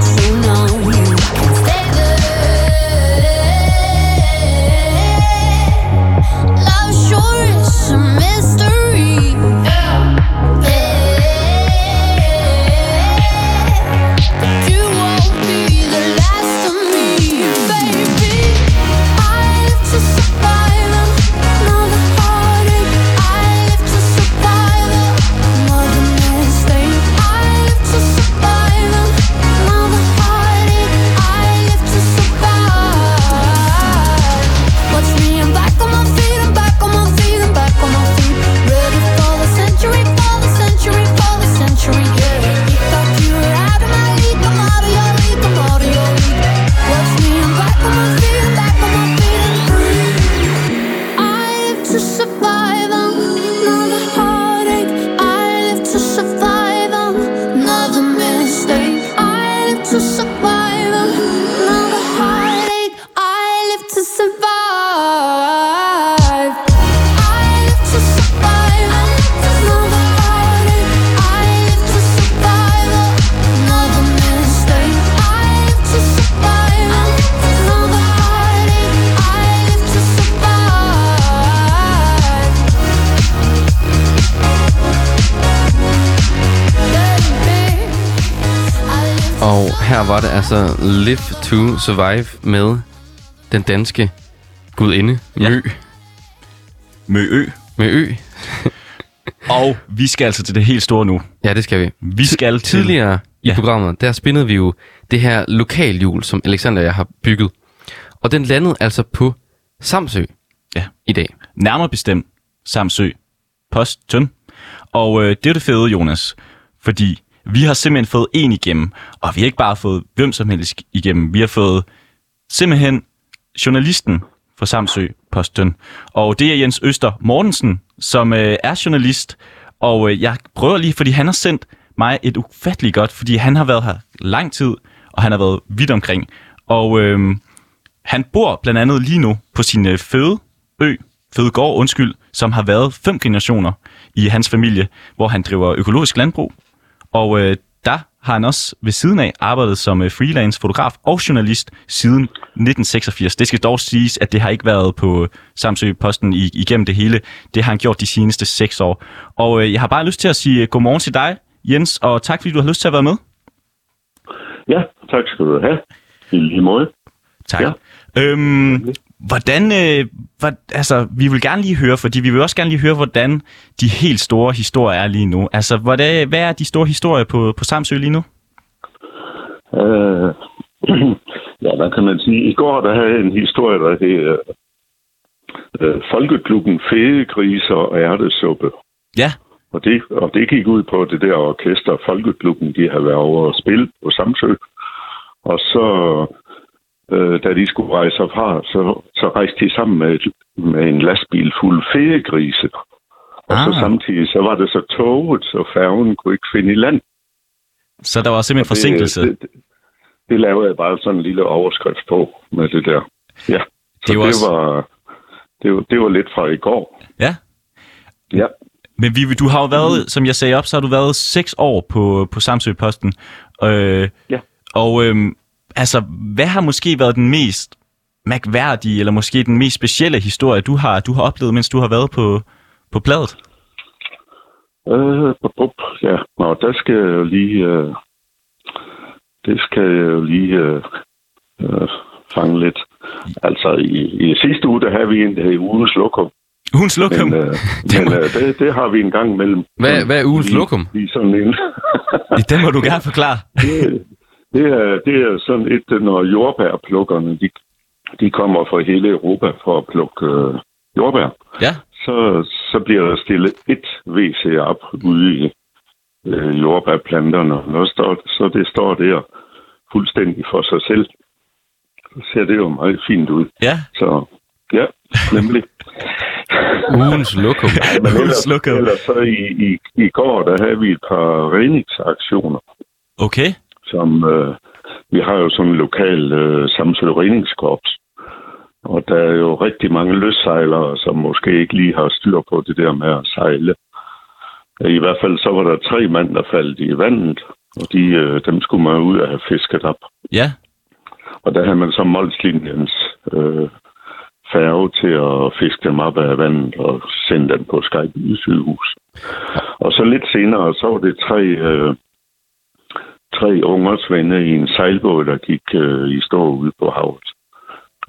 Speaker 8: So now you can stay there. Love sure is a mystery. You won't be the last of me, baby. I live to survive another heartache. I live to survive another mistake. I live to survive another heartache. I live to survive. Watch me, I'm back on my feet. I'm back on my feet. I'm back on my feet. Ready for the century, for the century, for the century. Yeah. If I cure out of my league, I'm out of your league. I'm out of your league. Watch me, I'm back on my feet. I'm back on my feet. I'm free. I live to survive another heartache. I live to survive another mistake. I live to survive another heartache. I live to survive. I live to survive another heartache. I live to survive another mistake. I live to survive another heartache. I live to survive. Baby, I live to
Speaker 3: Og her var det altså Live to Survive med den danske gudinde
Speaker 2: Ja.
Speaker 3: Mø.
Speaker 2: Møø.
Speaker 3: Med ø.
Speaker 2: Og vi skal altså til det helt store nu.
Speaker 3: Ja, det skal vi.
Speaker 2: Vi skal til-
Speaker 3: tidligere i
Speaker 2: Ja.
Speaker 3: programmet, der spinnede vi jo det her lokalhjul, som Alexander og jeg har bygget. Og den landede altså på Samsø
Speaker 2: Ja.
Speaker 3: i dag.
Speaker 2: Nærmere bestemt Samsø Post Tøn. Og øh, det er det fede, Jonas. Fordi vi har simpelthen fået en igennem. Og vi har ikke bare fået hvem som helst igennem. Vi har fået simpelthen journalisten fra Samsø Post Tøn. Og det er Jens Øster Mortensen, som øh, er journalist. Og øh, jeg prøver lige, fordi han har sendt mig et ufatteligt godt, fordi han har været her lang tid, og han har været vidt omkring. Og øh, han bor blandt andet lige nu på sin øh, fødeø, Fødegård, undskyld, som har været fem generationer i hans familie, hvor han driver økologisk landbrug. Og øh, der har han også ved siden af arbejdet som øh, freelance fotograf og journalist siden 1986. Det skal dog siges, at det har ikke været på Samsø Posten i, igennem det hele. Det har han gjort de seneste seks år. Og øh, jeg har bare lyst til at sige øh, godmorgen til dig, Jens, og tak fordi du har lyst til at være med.
Speaker 9: Ja, tak skal du have. I lige måde.
Speaker 2: Tak. Ja.
Speaker 9: Ja.
Speaker 2: Øhm, hvordan, øh, hvad, altså, vi vil gerne lige høre, fordi vi vil også gerne lige høre, hvordan de helt store historier er lige nu. Altså, hvordan, hvad er de store historier på, på Samsø lige nu?
Speaker 9: Øh, ja, hvad kan man sige? I går der havde jeg en historie, der hedder øh, Folkeklubben Fedegriser og Ærtesuppe.
Speaker 2: Ja,
Speaker 9: Og det, og det gik ud på det der orkester, Folkeklubben, de havde været over at spille på Samsø. Og så, øh, da de skulle rejse herfra, så, så rejste de sammen med, et- med en lastbil fuld fegegrise. Og ah. så
Speaker 2: Ah.
Speaker 9: samtidig, så var det så toget, så færgen kunne ikke finde i land.
Speaker 2: så der var simpelthen forsinkelse.
Speaker 9: Det, det, det lavede jeg bare sådan en lille overskrift på med det der. Ja, så
Speaker 2: Det er
Speaker 9: det,
Speaker 2: jo
Speaker 9: det,
Speaker 2: også-
Speaker 9: var, det, var, det var lidt fra i går.
Speaker 2: Ja.
Speaker 9: Ja,
Speaker 2: Men Vivi, du har jo
Speaker 9: Mhm.
Speaker 2: været, som jeg sagde op, så har du været seks år på, på Samsø Posten. Øh,
Speaker 9: Ja.
Speaker 2: Og øhm, altså, hvad har måske været den mest mærkværdige, eller måske den mest specielle historie, du har, du har oplevet, mens du har været på, På pladet?
Speaker 9: Øh, bup, bup, ja, nå, der skal jeg jo lige... Øh, det skal jeg jo lige øh, øh, fange lidt. Altså, i, i sidste uge, der havde vi en, der hed ugens lokum.
Speaker 2: Ugens lokum?
Speaker 9: Men, øh, men øh, det, det har vi en gang imellem.
Speaker 3: Hvad, hvad er ugens lokum?
Speaker 9: Lige sådan en. øh,
Speaker 2: Den må du gerne forklare.
Speaker 9: det, det, er, det er sådan et, når jordbærplukkerne, de, de kommer fra hele Europa for at plukke øh, jordbær,
Speaker 2: Ja.
Speaker 9: så, så bliver der stillet et WC op ude i øh, jordbærplanterne. Når står, så det står der fuldstændig for sig selv. Så ser det jo meget fint ud.
Speaker 2: Ja.
Speaker 9: Så ja, nemlig.
Speaker 3: Ugens lokum.
Speaker 9: Men
Speaker 2: Ugens
Speaker 9: ellers,
Speaker 2: lokum.
Speaker 9: ellers så i, i, i går, der havde vi et par redningsaktioner.
Speaker 2: Okay.
Speaker 9: som øh, vi har jo sådan en lokal øh, Samsø Redningskorps. Og der er jo rigtig mange løssejlere, som måske ikke lige har styr på det der med at sejle. I hvert fald så var der tre mand, der faldt i vandet, og de, øh, dem skulle man ud og have fisket op.
Speaker 2: Ja.
Speaker 9: Og der havde man så Molslinjens øh, færge til at fiske dem op af vandet og sende dem på Skype sygehus. Og så lidt senere, så var det tre, øh, tre unger svende i en sejlbåd, der gik øh, i stå ude på havet.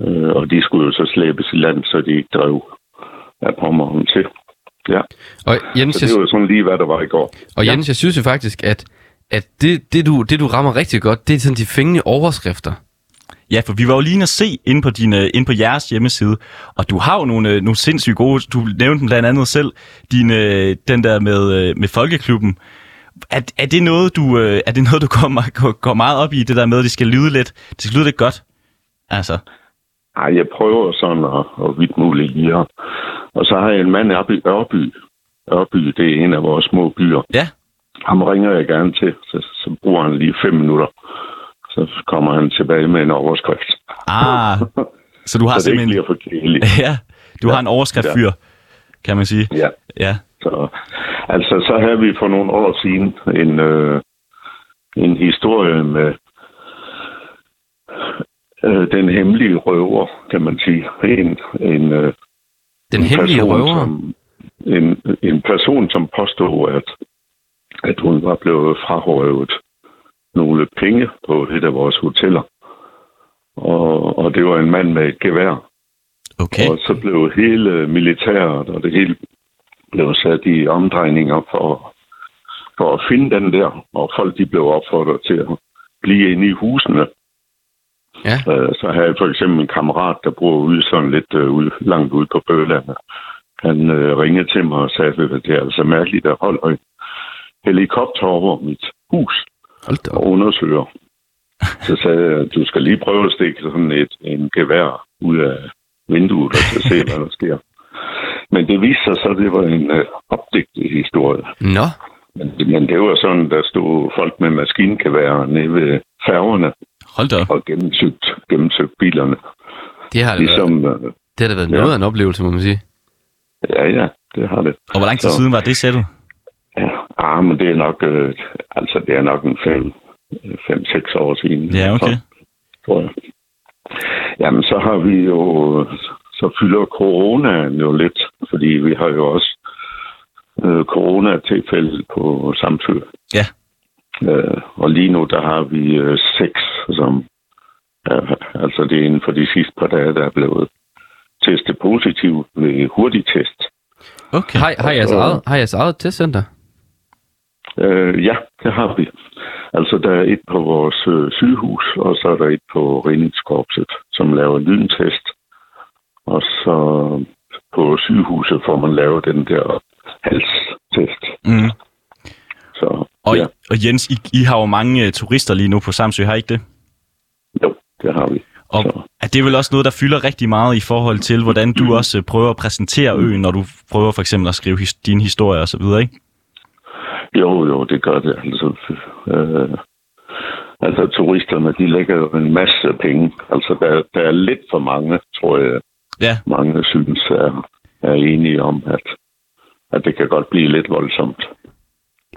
Speaker 9: Øh, og de skulle jo så slæbes i land, så de ikke drev af Pommeren til. Ja,
Speaker 3: Og
Speaker 9: så
Speaker 3: Jens, jeg,
Speaker 9: det var jo sådan lige, hvad der var i går.
Speaker 3: og Jens, jeg synes jo faktisk, at, at det, det, du, det, du rammer rigtig godt, det er sådan de fængende overskrifter.
Speaker 2: Ja, for vi var jo lige inde at se inde på, din, øh, inde på jeres hjemmeside, og du har jo nogle, øh, nogle sindssygt gode, du nævnte den blandt andet selv, din, øh, den der med, øh, med folkeklubben. Er, er, det noget, du, øh, er det noget, du går, me- går, går meget op i, det der med, at det skal lyde lidt, det skal lyde lidt godt? Altså,
Speaker 9: Ej, jeg prøver sådan at, at vidt muligt lige her. Og så har jeg en mand oppe i Ørby. Ørby, det er en af vores små byer.
Speaker 2: ja,
Speaker 9: Ham ringer jeg gerne til, så, så bruger han lige fem minutter. Så kommer han tilbage med en overskrift.
Speaker 2: ah, så du har
Speaker 9: Så det ikke
Speaker 2: simpelthen...
Speaker 9: bliver for kedeligt.
Speaker 2: ja, du har en overskriftfyr, kan man sige.
Speaker 9: Ja.
Speaker 2: Ja,
Speaker 9: Så, altså, så havde vi for nogle år siden en, øh, en historie med øh, den hemmelige røver, kan man sige. En, en, øh,
Speaker 3: Den hemmelige røver.
Speaker 9: Som, en, en person, som påstod, at, at hun var blevet frarøvet nogle penge på et af vores hoteller. Og, og det var en mand med et gevær.
Speaker 2: okay.
Speaker 9: Og så blev hele militæret og det hele blev sat i omdrejninger for, for at finde den der. Og folk de blev opfordret til at blive inde i husene.
Speaker 3: Ja.
Speaker 9: Øh, Så havde jeg for eksempel en kammerat, der bor ude sådan lidt øh, ude, langt ude på Bølandet. Han øh, ringede til mig og sagde, at det er altså mærkeligt, der holder en helikopter over mit hus
Speaker 3: Hold da op.
Speaker 9: og undersøger. Så sagde jeg, at du skal lige prøve at stikke sådan et en gevær ud af vinduet og så se, hvad der sker. Men det viste sig så, at det var en øh, opdigtet historie.
Speaker 3: Nå,
Speaker 9: Men, men det var sådan, der stod folk med maskingeværer nede ved færgerne
Speaker 2: Hold da op.
Speaker 9: og gennemsøgte, gennemsøgte bilerne.
Speaker 3: det har det været,
Speaker 9: Ligesom, øh,
Speaker 3: det har da været
Speaker 9: ja.
Speaker 3: noget af en oplevelse, må man sige.
Speaker 9: ja, ja, det har det.
Speaker 2: Og hvor lang tid
Speaker 9: Så-
Speaker 2: siden var det sættet?
Speaker 9: Ja, ah, men det er nok, øh, altså det er nok en 5-6 år siden.
Speaker 2: Ja, okay.
Speaker 9: Så- tror jeg. Jamen, så har vi jo... Så fylder coronaen jo lidt, fordi vi har jo også øh, corona-tilfælde på Samsø.
Speaker 2: Ja.
Speaker 9: Øh, og lige nu, der har vi øh, seks, som... Ja, altså, det er inden for de sidste par dage, der er blevet testet positiv ved hurtigtest.
Speaker 2: Okay.
Speaker 3: Har, har, jeres, eget, har jeres eget testcenter?
Speaker 9: Øh, ja, det har vi. Altså, der er et på vores øh, sygehus, og så er der et på redningskorpset, som laver lyntest. Og så på sygehuset får man lavet den der halstest.
Speaker 2: Mm.
Speaker 9: Så
Speaker 2: Og,
Speaker 9: ja,
Speaker 2: ja. og Jens, I, I har jo mange uh, turister lige nu på Samsø, har I ikke det?
Speaker 9: jo, det har vi.
Speaker 2: Og
Speaker 9: Så. Mm.
Speaker 2: er det vel også noget, der fylder rigtig meget i forhold til, hvordan du også øh, prøver at præsentere øen, når du prøver for eksempel at skrive his, dine historier osv., ikke?
Speaker 9: Jo, jo, det gør det. Altså, øh, altså turisterne, de lægger jo en masse penge. Altså, der, der er lidt for mange, tror jeg,
Speaker 2: Ja,
Speaker 9: mange synes er, er enige om, at, at det kan godt blive lidt voldsomt.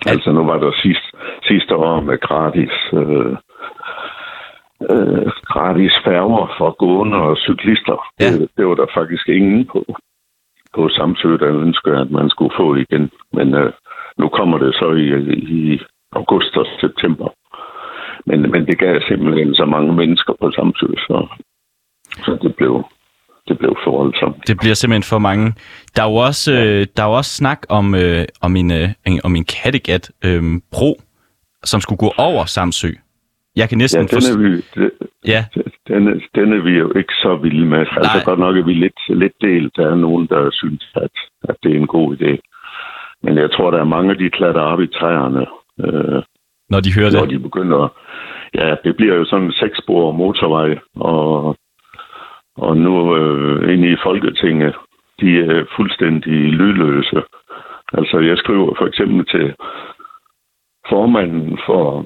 Speaker 9: Altså nu var der sidst, sidste år med gratis, øh, øh, gratis færger for gående og cyklister.
Speaker 2: Ja.
Speaker 9: Det, det var der faktisk ingen på. på Samsø, der ønskede, at man skulle få igen. Men øh, nu kommer det så i, i august og september. Men, men det gav simpelthen så mange mennesker på Samsø, så, så det blev det blev for voldsomt.
Speaker 2: Det bliver simpelthen for mange. Der er jo også, øh, der er jo også snak om, øh, om en, øh, en- om en Kattegat øh, bro, som skulle gå over Samsø. Jeg kan
Speaker 9: Ja,
Speaker 2: næsten
Speaker 9: den er,
Speaker 2: forstå...
Speaker 9: vi, det-
Speaker 2: Ja,
Speaker 9: den, er- den er vi jo ikke så vilde med. Altså
Speaker 2: Nej.
Speaker 9: godt nok er vi lidt, lidt delt. Der er nogen, der synes, at, at det er en god idé. Men jeg tror, der er mange, de klatter op i træerne, øh,
Speaker 2: når de hører
Speaker 9: når
Speaker 2: det.
Speaker 9: de begynder. Ja, det bliver jo sådan en seksspor motorvej, og, og nu øh, inde i Folketinget, de er fuldstændig lydløse. Altså, jeg skriver for eksempel til formanden for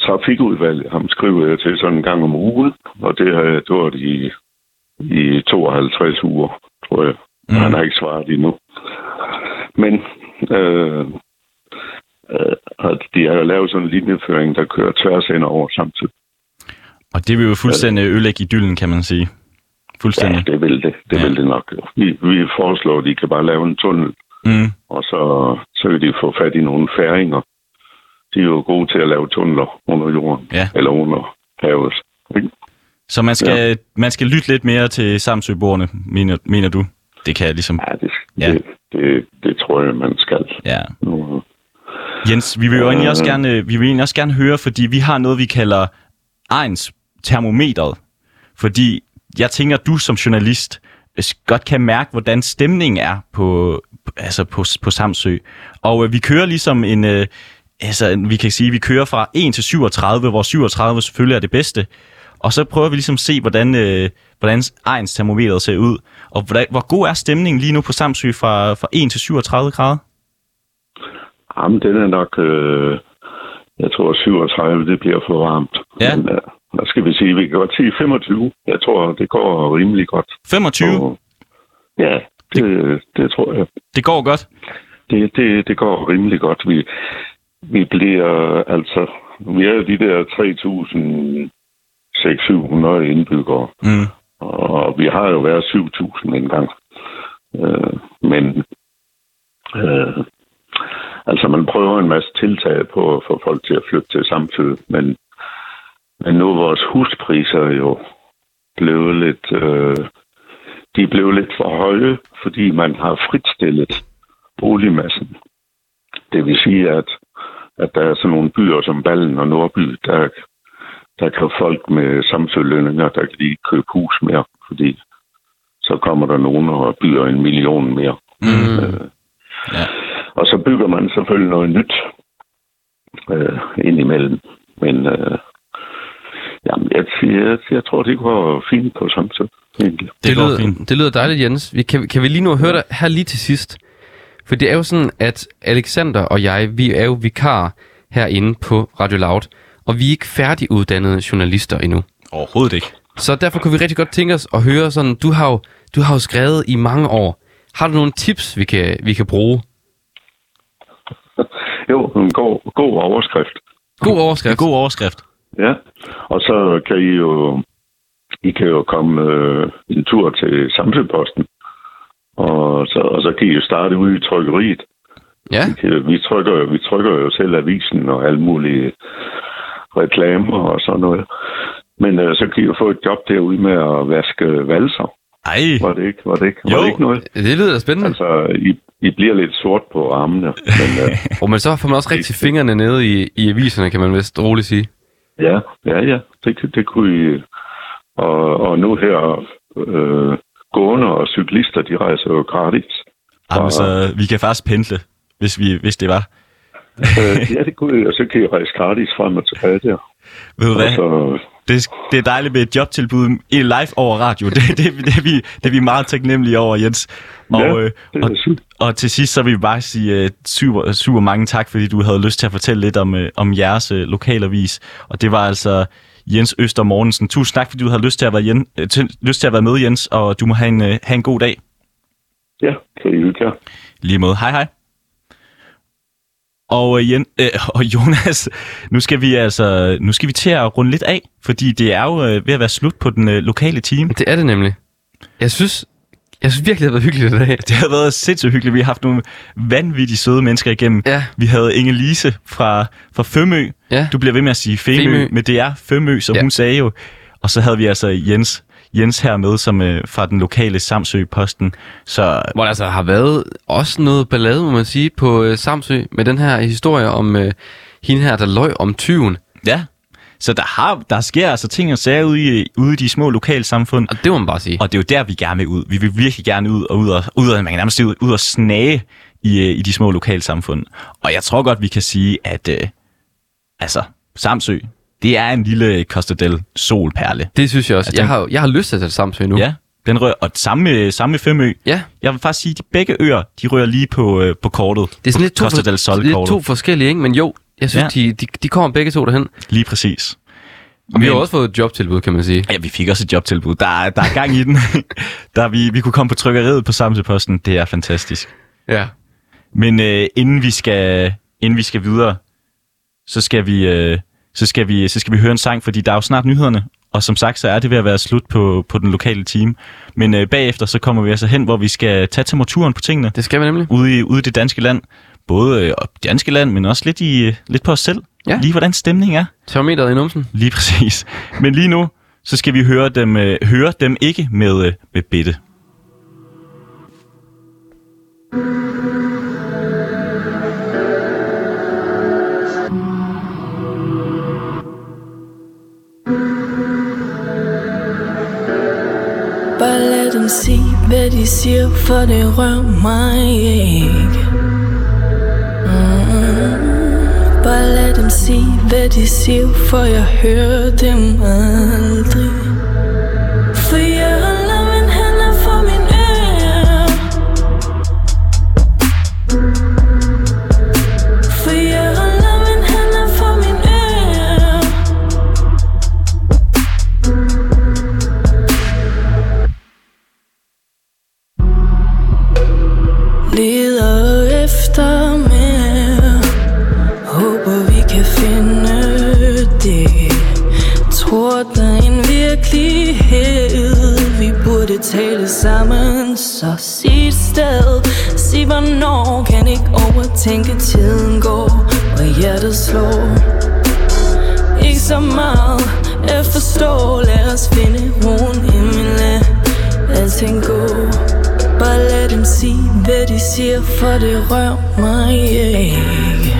Speaker 9: trafikudvalget, ham skriver jeg til sådan en gang om ugen, og det har jeg gjort i, i 52 uger, tror jeg. Mm. Han har ikke svaret endnu. Men øh, øh, og de har jo lavet sådan en linjeføring, der kører tværs ind over samtidig.
Speaker 2: Og det vil jo fuldstændig ødelægge idyllen, kan man sige.
Speaker 9: Ja,
Speaker 2: Fuldstændig.
Speaker 9: det vil det. Det
Speaker 2: Ja.
Speaker 9: ja. vil det nok. jo. Vi, vi foreslår, at de kan bare lave en tunnel,
Speaker 2: Mm.
Speaker 9: og så, så kan de få fat i nogle færinger. De er jo gode til at lave tunneler under jorden,
Speaker 2: Ja.
Speaker 9: eller under havet. ikke?
Speaker 2: Så man skal, ja. man skal lytte lidt mere til Samsøborgerne, mener, mener du? Det kan jeg ligesom.
Speaker 9: Ja, det,
Speaker 2: Ja.
Speaker 9: ja. Det, det, det tror jeg, man skal.
Speaker 2: Ja.
Speaker 9: Nu,
Speaker 2: Jens, vi vil jo egentlig også gerne, øh, vi vil egentlig også gerne høre, fordi vi har noget, vi kalder Ejens termometret. Fordi jeg tænker, at du som journalist øh, godt kan mærke, hvordan stemningen er på, altså på, på Samsø. Og øh, vi kører ligesom en, øh, altså vi kan sige, vi kører fra 1 til 37, hvor 37 selvfølgelig er det bedste. Og så prøver vi ligesom at se, hvordan, øh, hvordan Ejens termometret ser ud. Og hvordan, hvor god er stemningen lige nu på Samsø fra, fra 1 til 37 grader?
Speaker 9: Jamen, den er nok... Øh, jeg tror, 37, det bliver for varmt.
Speaker 2: Ja.
Speaker 9: Men, øh, hvad skal vi sige? Vi kan godt sige 25. Jeg tror, det går rimelig godt.
Speaker 2: 25?
Speaker 9: Og- Ja, det, det tror jeg.
Speaker 2: Det går godt.
Speaker 9: Det, det, det går rimelig godt. Vi, vi bliver altså... Vi er jo de der 3.600-700 indbyggere,
Speaker 2: Mm.
Speaker 9: og vi har jo været 7.000 engang. Øh, men øh, altså, man prøver en masse tiltag på at få folk til at flytte til samtidig, men, men nu er vores huspriser jo blevet lidt... Øh, de er blevet lidt for høje, fordi man har fritstillet boligmassen. Det vil sige, at, at der er sådan nogle byer som Ballen og Nordby, der, der kan folk med samsølønninger, der kan de ikke købe hus mere, fordi så kommer der nogen og byder en million mere.
Speaker 3: Mm.
Speaker 2: Ja.
Speaker 9: Og så bygger man selvfølgelig noget nyt øh, indimellem. Men øh, jamen, jeg, jeg, jeg tror, det går fint på samtidig. Egentlig.
Speaker 2: Det, det går
Speaker 3: lyder,
Speaker 2: fint.
Speaker 3: det lyder dejligt, Jens. Vi, kan, kan vi lige nu høre dig her lige til sidst? For det er jo sådan, at Alexander og jeg, vi er jo vikarer herinde på Radio Loud, og vi er ikke færdiguddannede journalister endnu.
Speaker 2: Overhovedet ikke.
Speaker 3: Så derfor kunne vi rigtig godt tænke os at høre sådan, du har jo, du har jo skrevet i mange år. Har du nogle tips, vi kan, vi kan bruge?
Speaker 9: Jo, en god, god overskrift.
Speaker 3: God
Speaker 2: Det er
Speaker 3: overskrift.
Speaker 2: god overskrift.
Speaker 9: Ja, og så kan I jo, I kan jo komme øh, en tur til Samsøposten, og så, og så kan I jo starte ude i trykkeriet.
Speaker 3: Ja,
Speaker 9: I kan- Vi trykker, jo- vi trykker jo selv avisen og alle mulige reklamer og sådan noget. Men øh, så kan I jo få et job derude med at vaske valser.
Speaker 2: Ej,
Speaker 9: Var det ikke, var det ikke,
Speaker 2: Jo. Mm.
Speaker 9: var det ikke noget?
Speaker 3: det lyder da spændende.
Speaker 9: Altså, I, I bliver lidt sort på armene. Men, øh,
Speaker 3: Og men så får man også rigtig fingrene nede i, i aviserne, kan man vist roligt sige.
Speaker 9: Ja, ja, ja. Det, kunne- det kunne I... Og, og nu her, øh, gående og cyklister, de rejser jo gratis.
Speaker 2: jamen, så vi kan faktisk pendle, hvis, vi, hvis det var.
Speaker 9: øh, ja, det kunne I, og så kan I rejse gratis frem og tilbage der.
Speaker 2: Ved du hvad?
Speaker 9: Altså,
Speaker 2: Det, det er dejligt med et jobtilbud i live over radio. Det, det, det, det, er vi, det er vi meget taknemmelige over, Jens. Og,
Speaker 9: Ja,
Speaker 2: øh,
Speaker 9: det er
Speaker 2: og,
Speaker 9: sygt.
Speaker 2: og til sidst, så vil vi bare sige øh, super, super mange tak, fordi du havde lyst til at fortælle lidt om, øh, om jeres øh, lokalavis. Og det var altså Jens Øster Mortensen. Tusind tak, fordi du havde lyst til at være, Jen, øh, til, lyst til at være med, Jens. Og du må have en, øh, have en god dag.
Speaker 9: ja, kan I hygge jer.
Speaker 2: Lige måde. Hej hej. Og, øh, Jen, øh, og Jonas, nu skal vi altså nu skal vi til at runde lidt af, fordi det er jo øh, ved at være slut på den øh, lokale time.
Speaker 3: Det er det nemlig. Jeg synes, Jeg synes virkelig, det har været hyggeligt i dag.
Speaker 2: Det har været sindssygt hyggeligt. Vi har haft nogle vanvittigt søde mennesker igennem.
Speaker 3: Ja.
Speaker 2: Vi havde Inge Lise fra, fra Femø.
Speaker 3: Ja.
Speaker 2: Du bliver ved med at sige Femø,
Speaker 3: Femø.
Speaker 2: Femø. men det er Femø, som
Speaker 3: Ja.
Speaker 2: ja. hun sagde jo. Og så havde vi altså Jens, Jens her med som, øh, fra den lokale Samsø-posten. Så
Speaker 3: Hvor der altså har været også noget ballade, må man sige, på øh, Samsø med den her historie om øh, hende her, der løg om tyven.
Speaker 2: ja, så der, har, der sker altså ting og sager ude i, ude i de små lokalsamfund.
Speaker 3: Og det må man bare sige.
Speaker 2: Og det er jo der, vi gerne vil ud. Vi vil virkelig gerne ud og ud og, ud og man kan nærmest sige ud, ud og snage i, øh, i de små lokalsamfund. Og jeg tror godt, vi kan sige, at øh, altså, Samsø, det er en lille øh, Costa del Solperle.
Speaker 3: Det synes jeg også.
Speaker 2: Jeg
Speaker 3: Jeg
Speaker 2: tænker-
Speaker 3: har, jeg har lyst til at tage til Samsø nu.
Speaker 2: Ja, den rører, og samme, med- samme med Femø.
Speaker 3: Ja.
Speaker 2: Jeg vil faktisk sige, at de begge øer, de rører lige på, øh, på kortet.
Speaker 3: Det er sådan lidt to,
Speaker 2: Costa del
Speaker 3: for, lidt
Speaker 2: Sol-kortet.
Speaker 3: to forskellige, ikke? men jo, jeg synes, ja. de, de, de kommer begge to derhen.
Speaker 2: Lige præcis.
Speaker 3: Og vi har
Speaker 2: Men-
Speaker 3: også fået et jobtilbud, kan man sige.
Speaker 2: Ja, vi fik også et jobtilbud. Der, er- der er gang i den. der, er vi, vi kunne komme på trykkeriet på Samsø-posten. Det er fantastisk.
Speaker 3: Ja.
Speaker 2: Men øh, inden vi skal inden vi skal videre, så skal vi øh, så skal vi så skal vi høre en sang, fordi der er jo snart nyhederne, og som sagt så er det ved at være slut på på den lokale time. Men øh, bagefter så kommer vi altså hen, hvor vi skal tage temperaturen på tingene
Speaker 3: Det skal vi nemlig.
Speaker 2: ude i ude i det danske land, både øh, og danske land, men også lidt i øh, lidt på os selv.
Speaker 3: Ja.
Speaker 2: Lige hvordan stemningen er.
Speaker 3: Termometeret i numsen.
Speaker 2: Lige præcis. Men lige nu så skal vi høre dem øh, høre dem ikke med øh, med bitte.
Speaker 10: Bare lad dem sige, hvad de siger, for det rører mig ikke. Mm. Bare lad dem sige, hvad de siger, for jeg hører dem aldrig. For jeg holder mine hænder for min øre. For jeg holder mine hænder for min øre. leder efter mere Håber vi kan finde det Tror der er en virkelighed Vi burde tale sammen Så sig et sted Sig hvornår Kan ikke overtænke tiden går Og hjertet slår ikke så meget Jeg forstår, lad os finde roen inden lad alting gå Bare lad dem sige, hvad de siger, for det rører mig ikke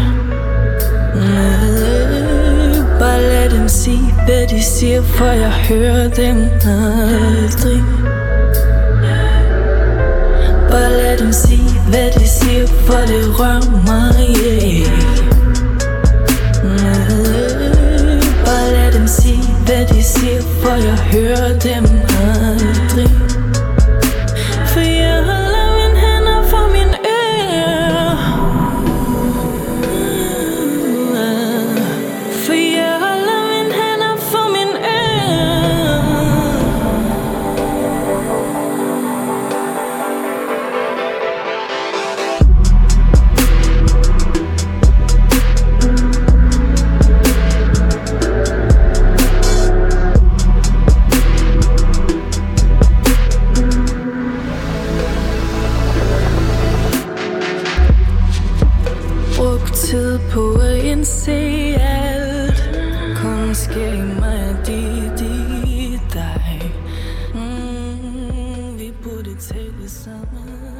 Speaker 10: Nej, Bare lad dem sige, hvad de siger, for jeg hører dem aldrig Bare lad dem sige, hvad de siger, for det rører mig ikke Bare lad dem sige, hvad de siger, for jeg hører dem aldrig. For jeg holder mine hænder for mine ører. For jeg holder mine hænder for mine ører. Brugt tid på at indse alt Kun sker i mig og dit i dig mm, Vi burde tale sammen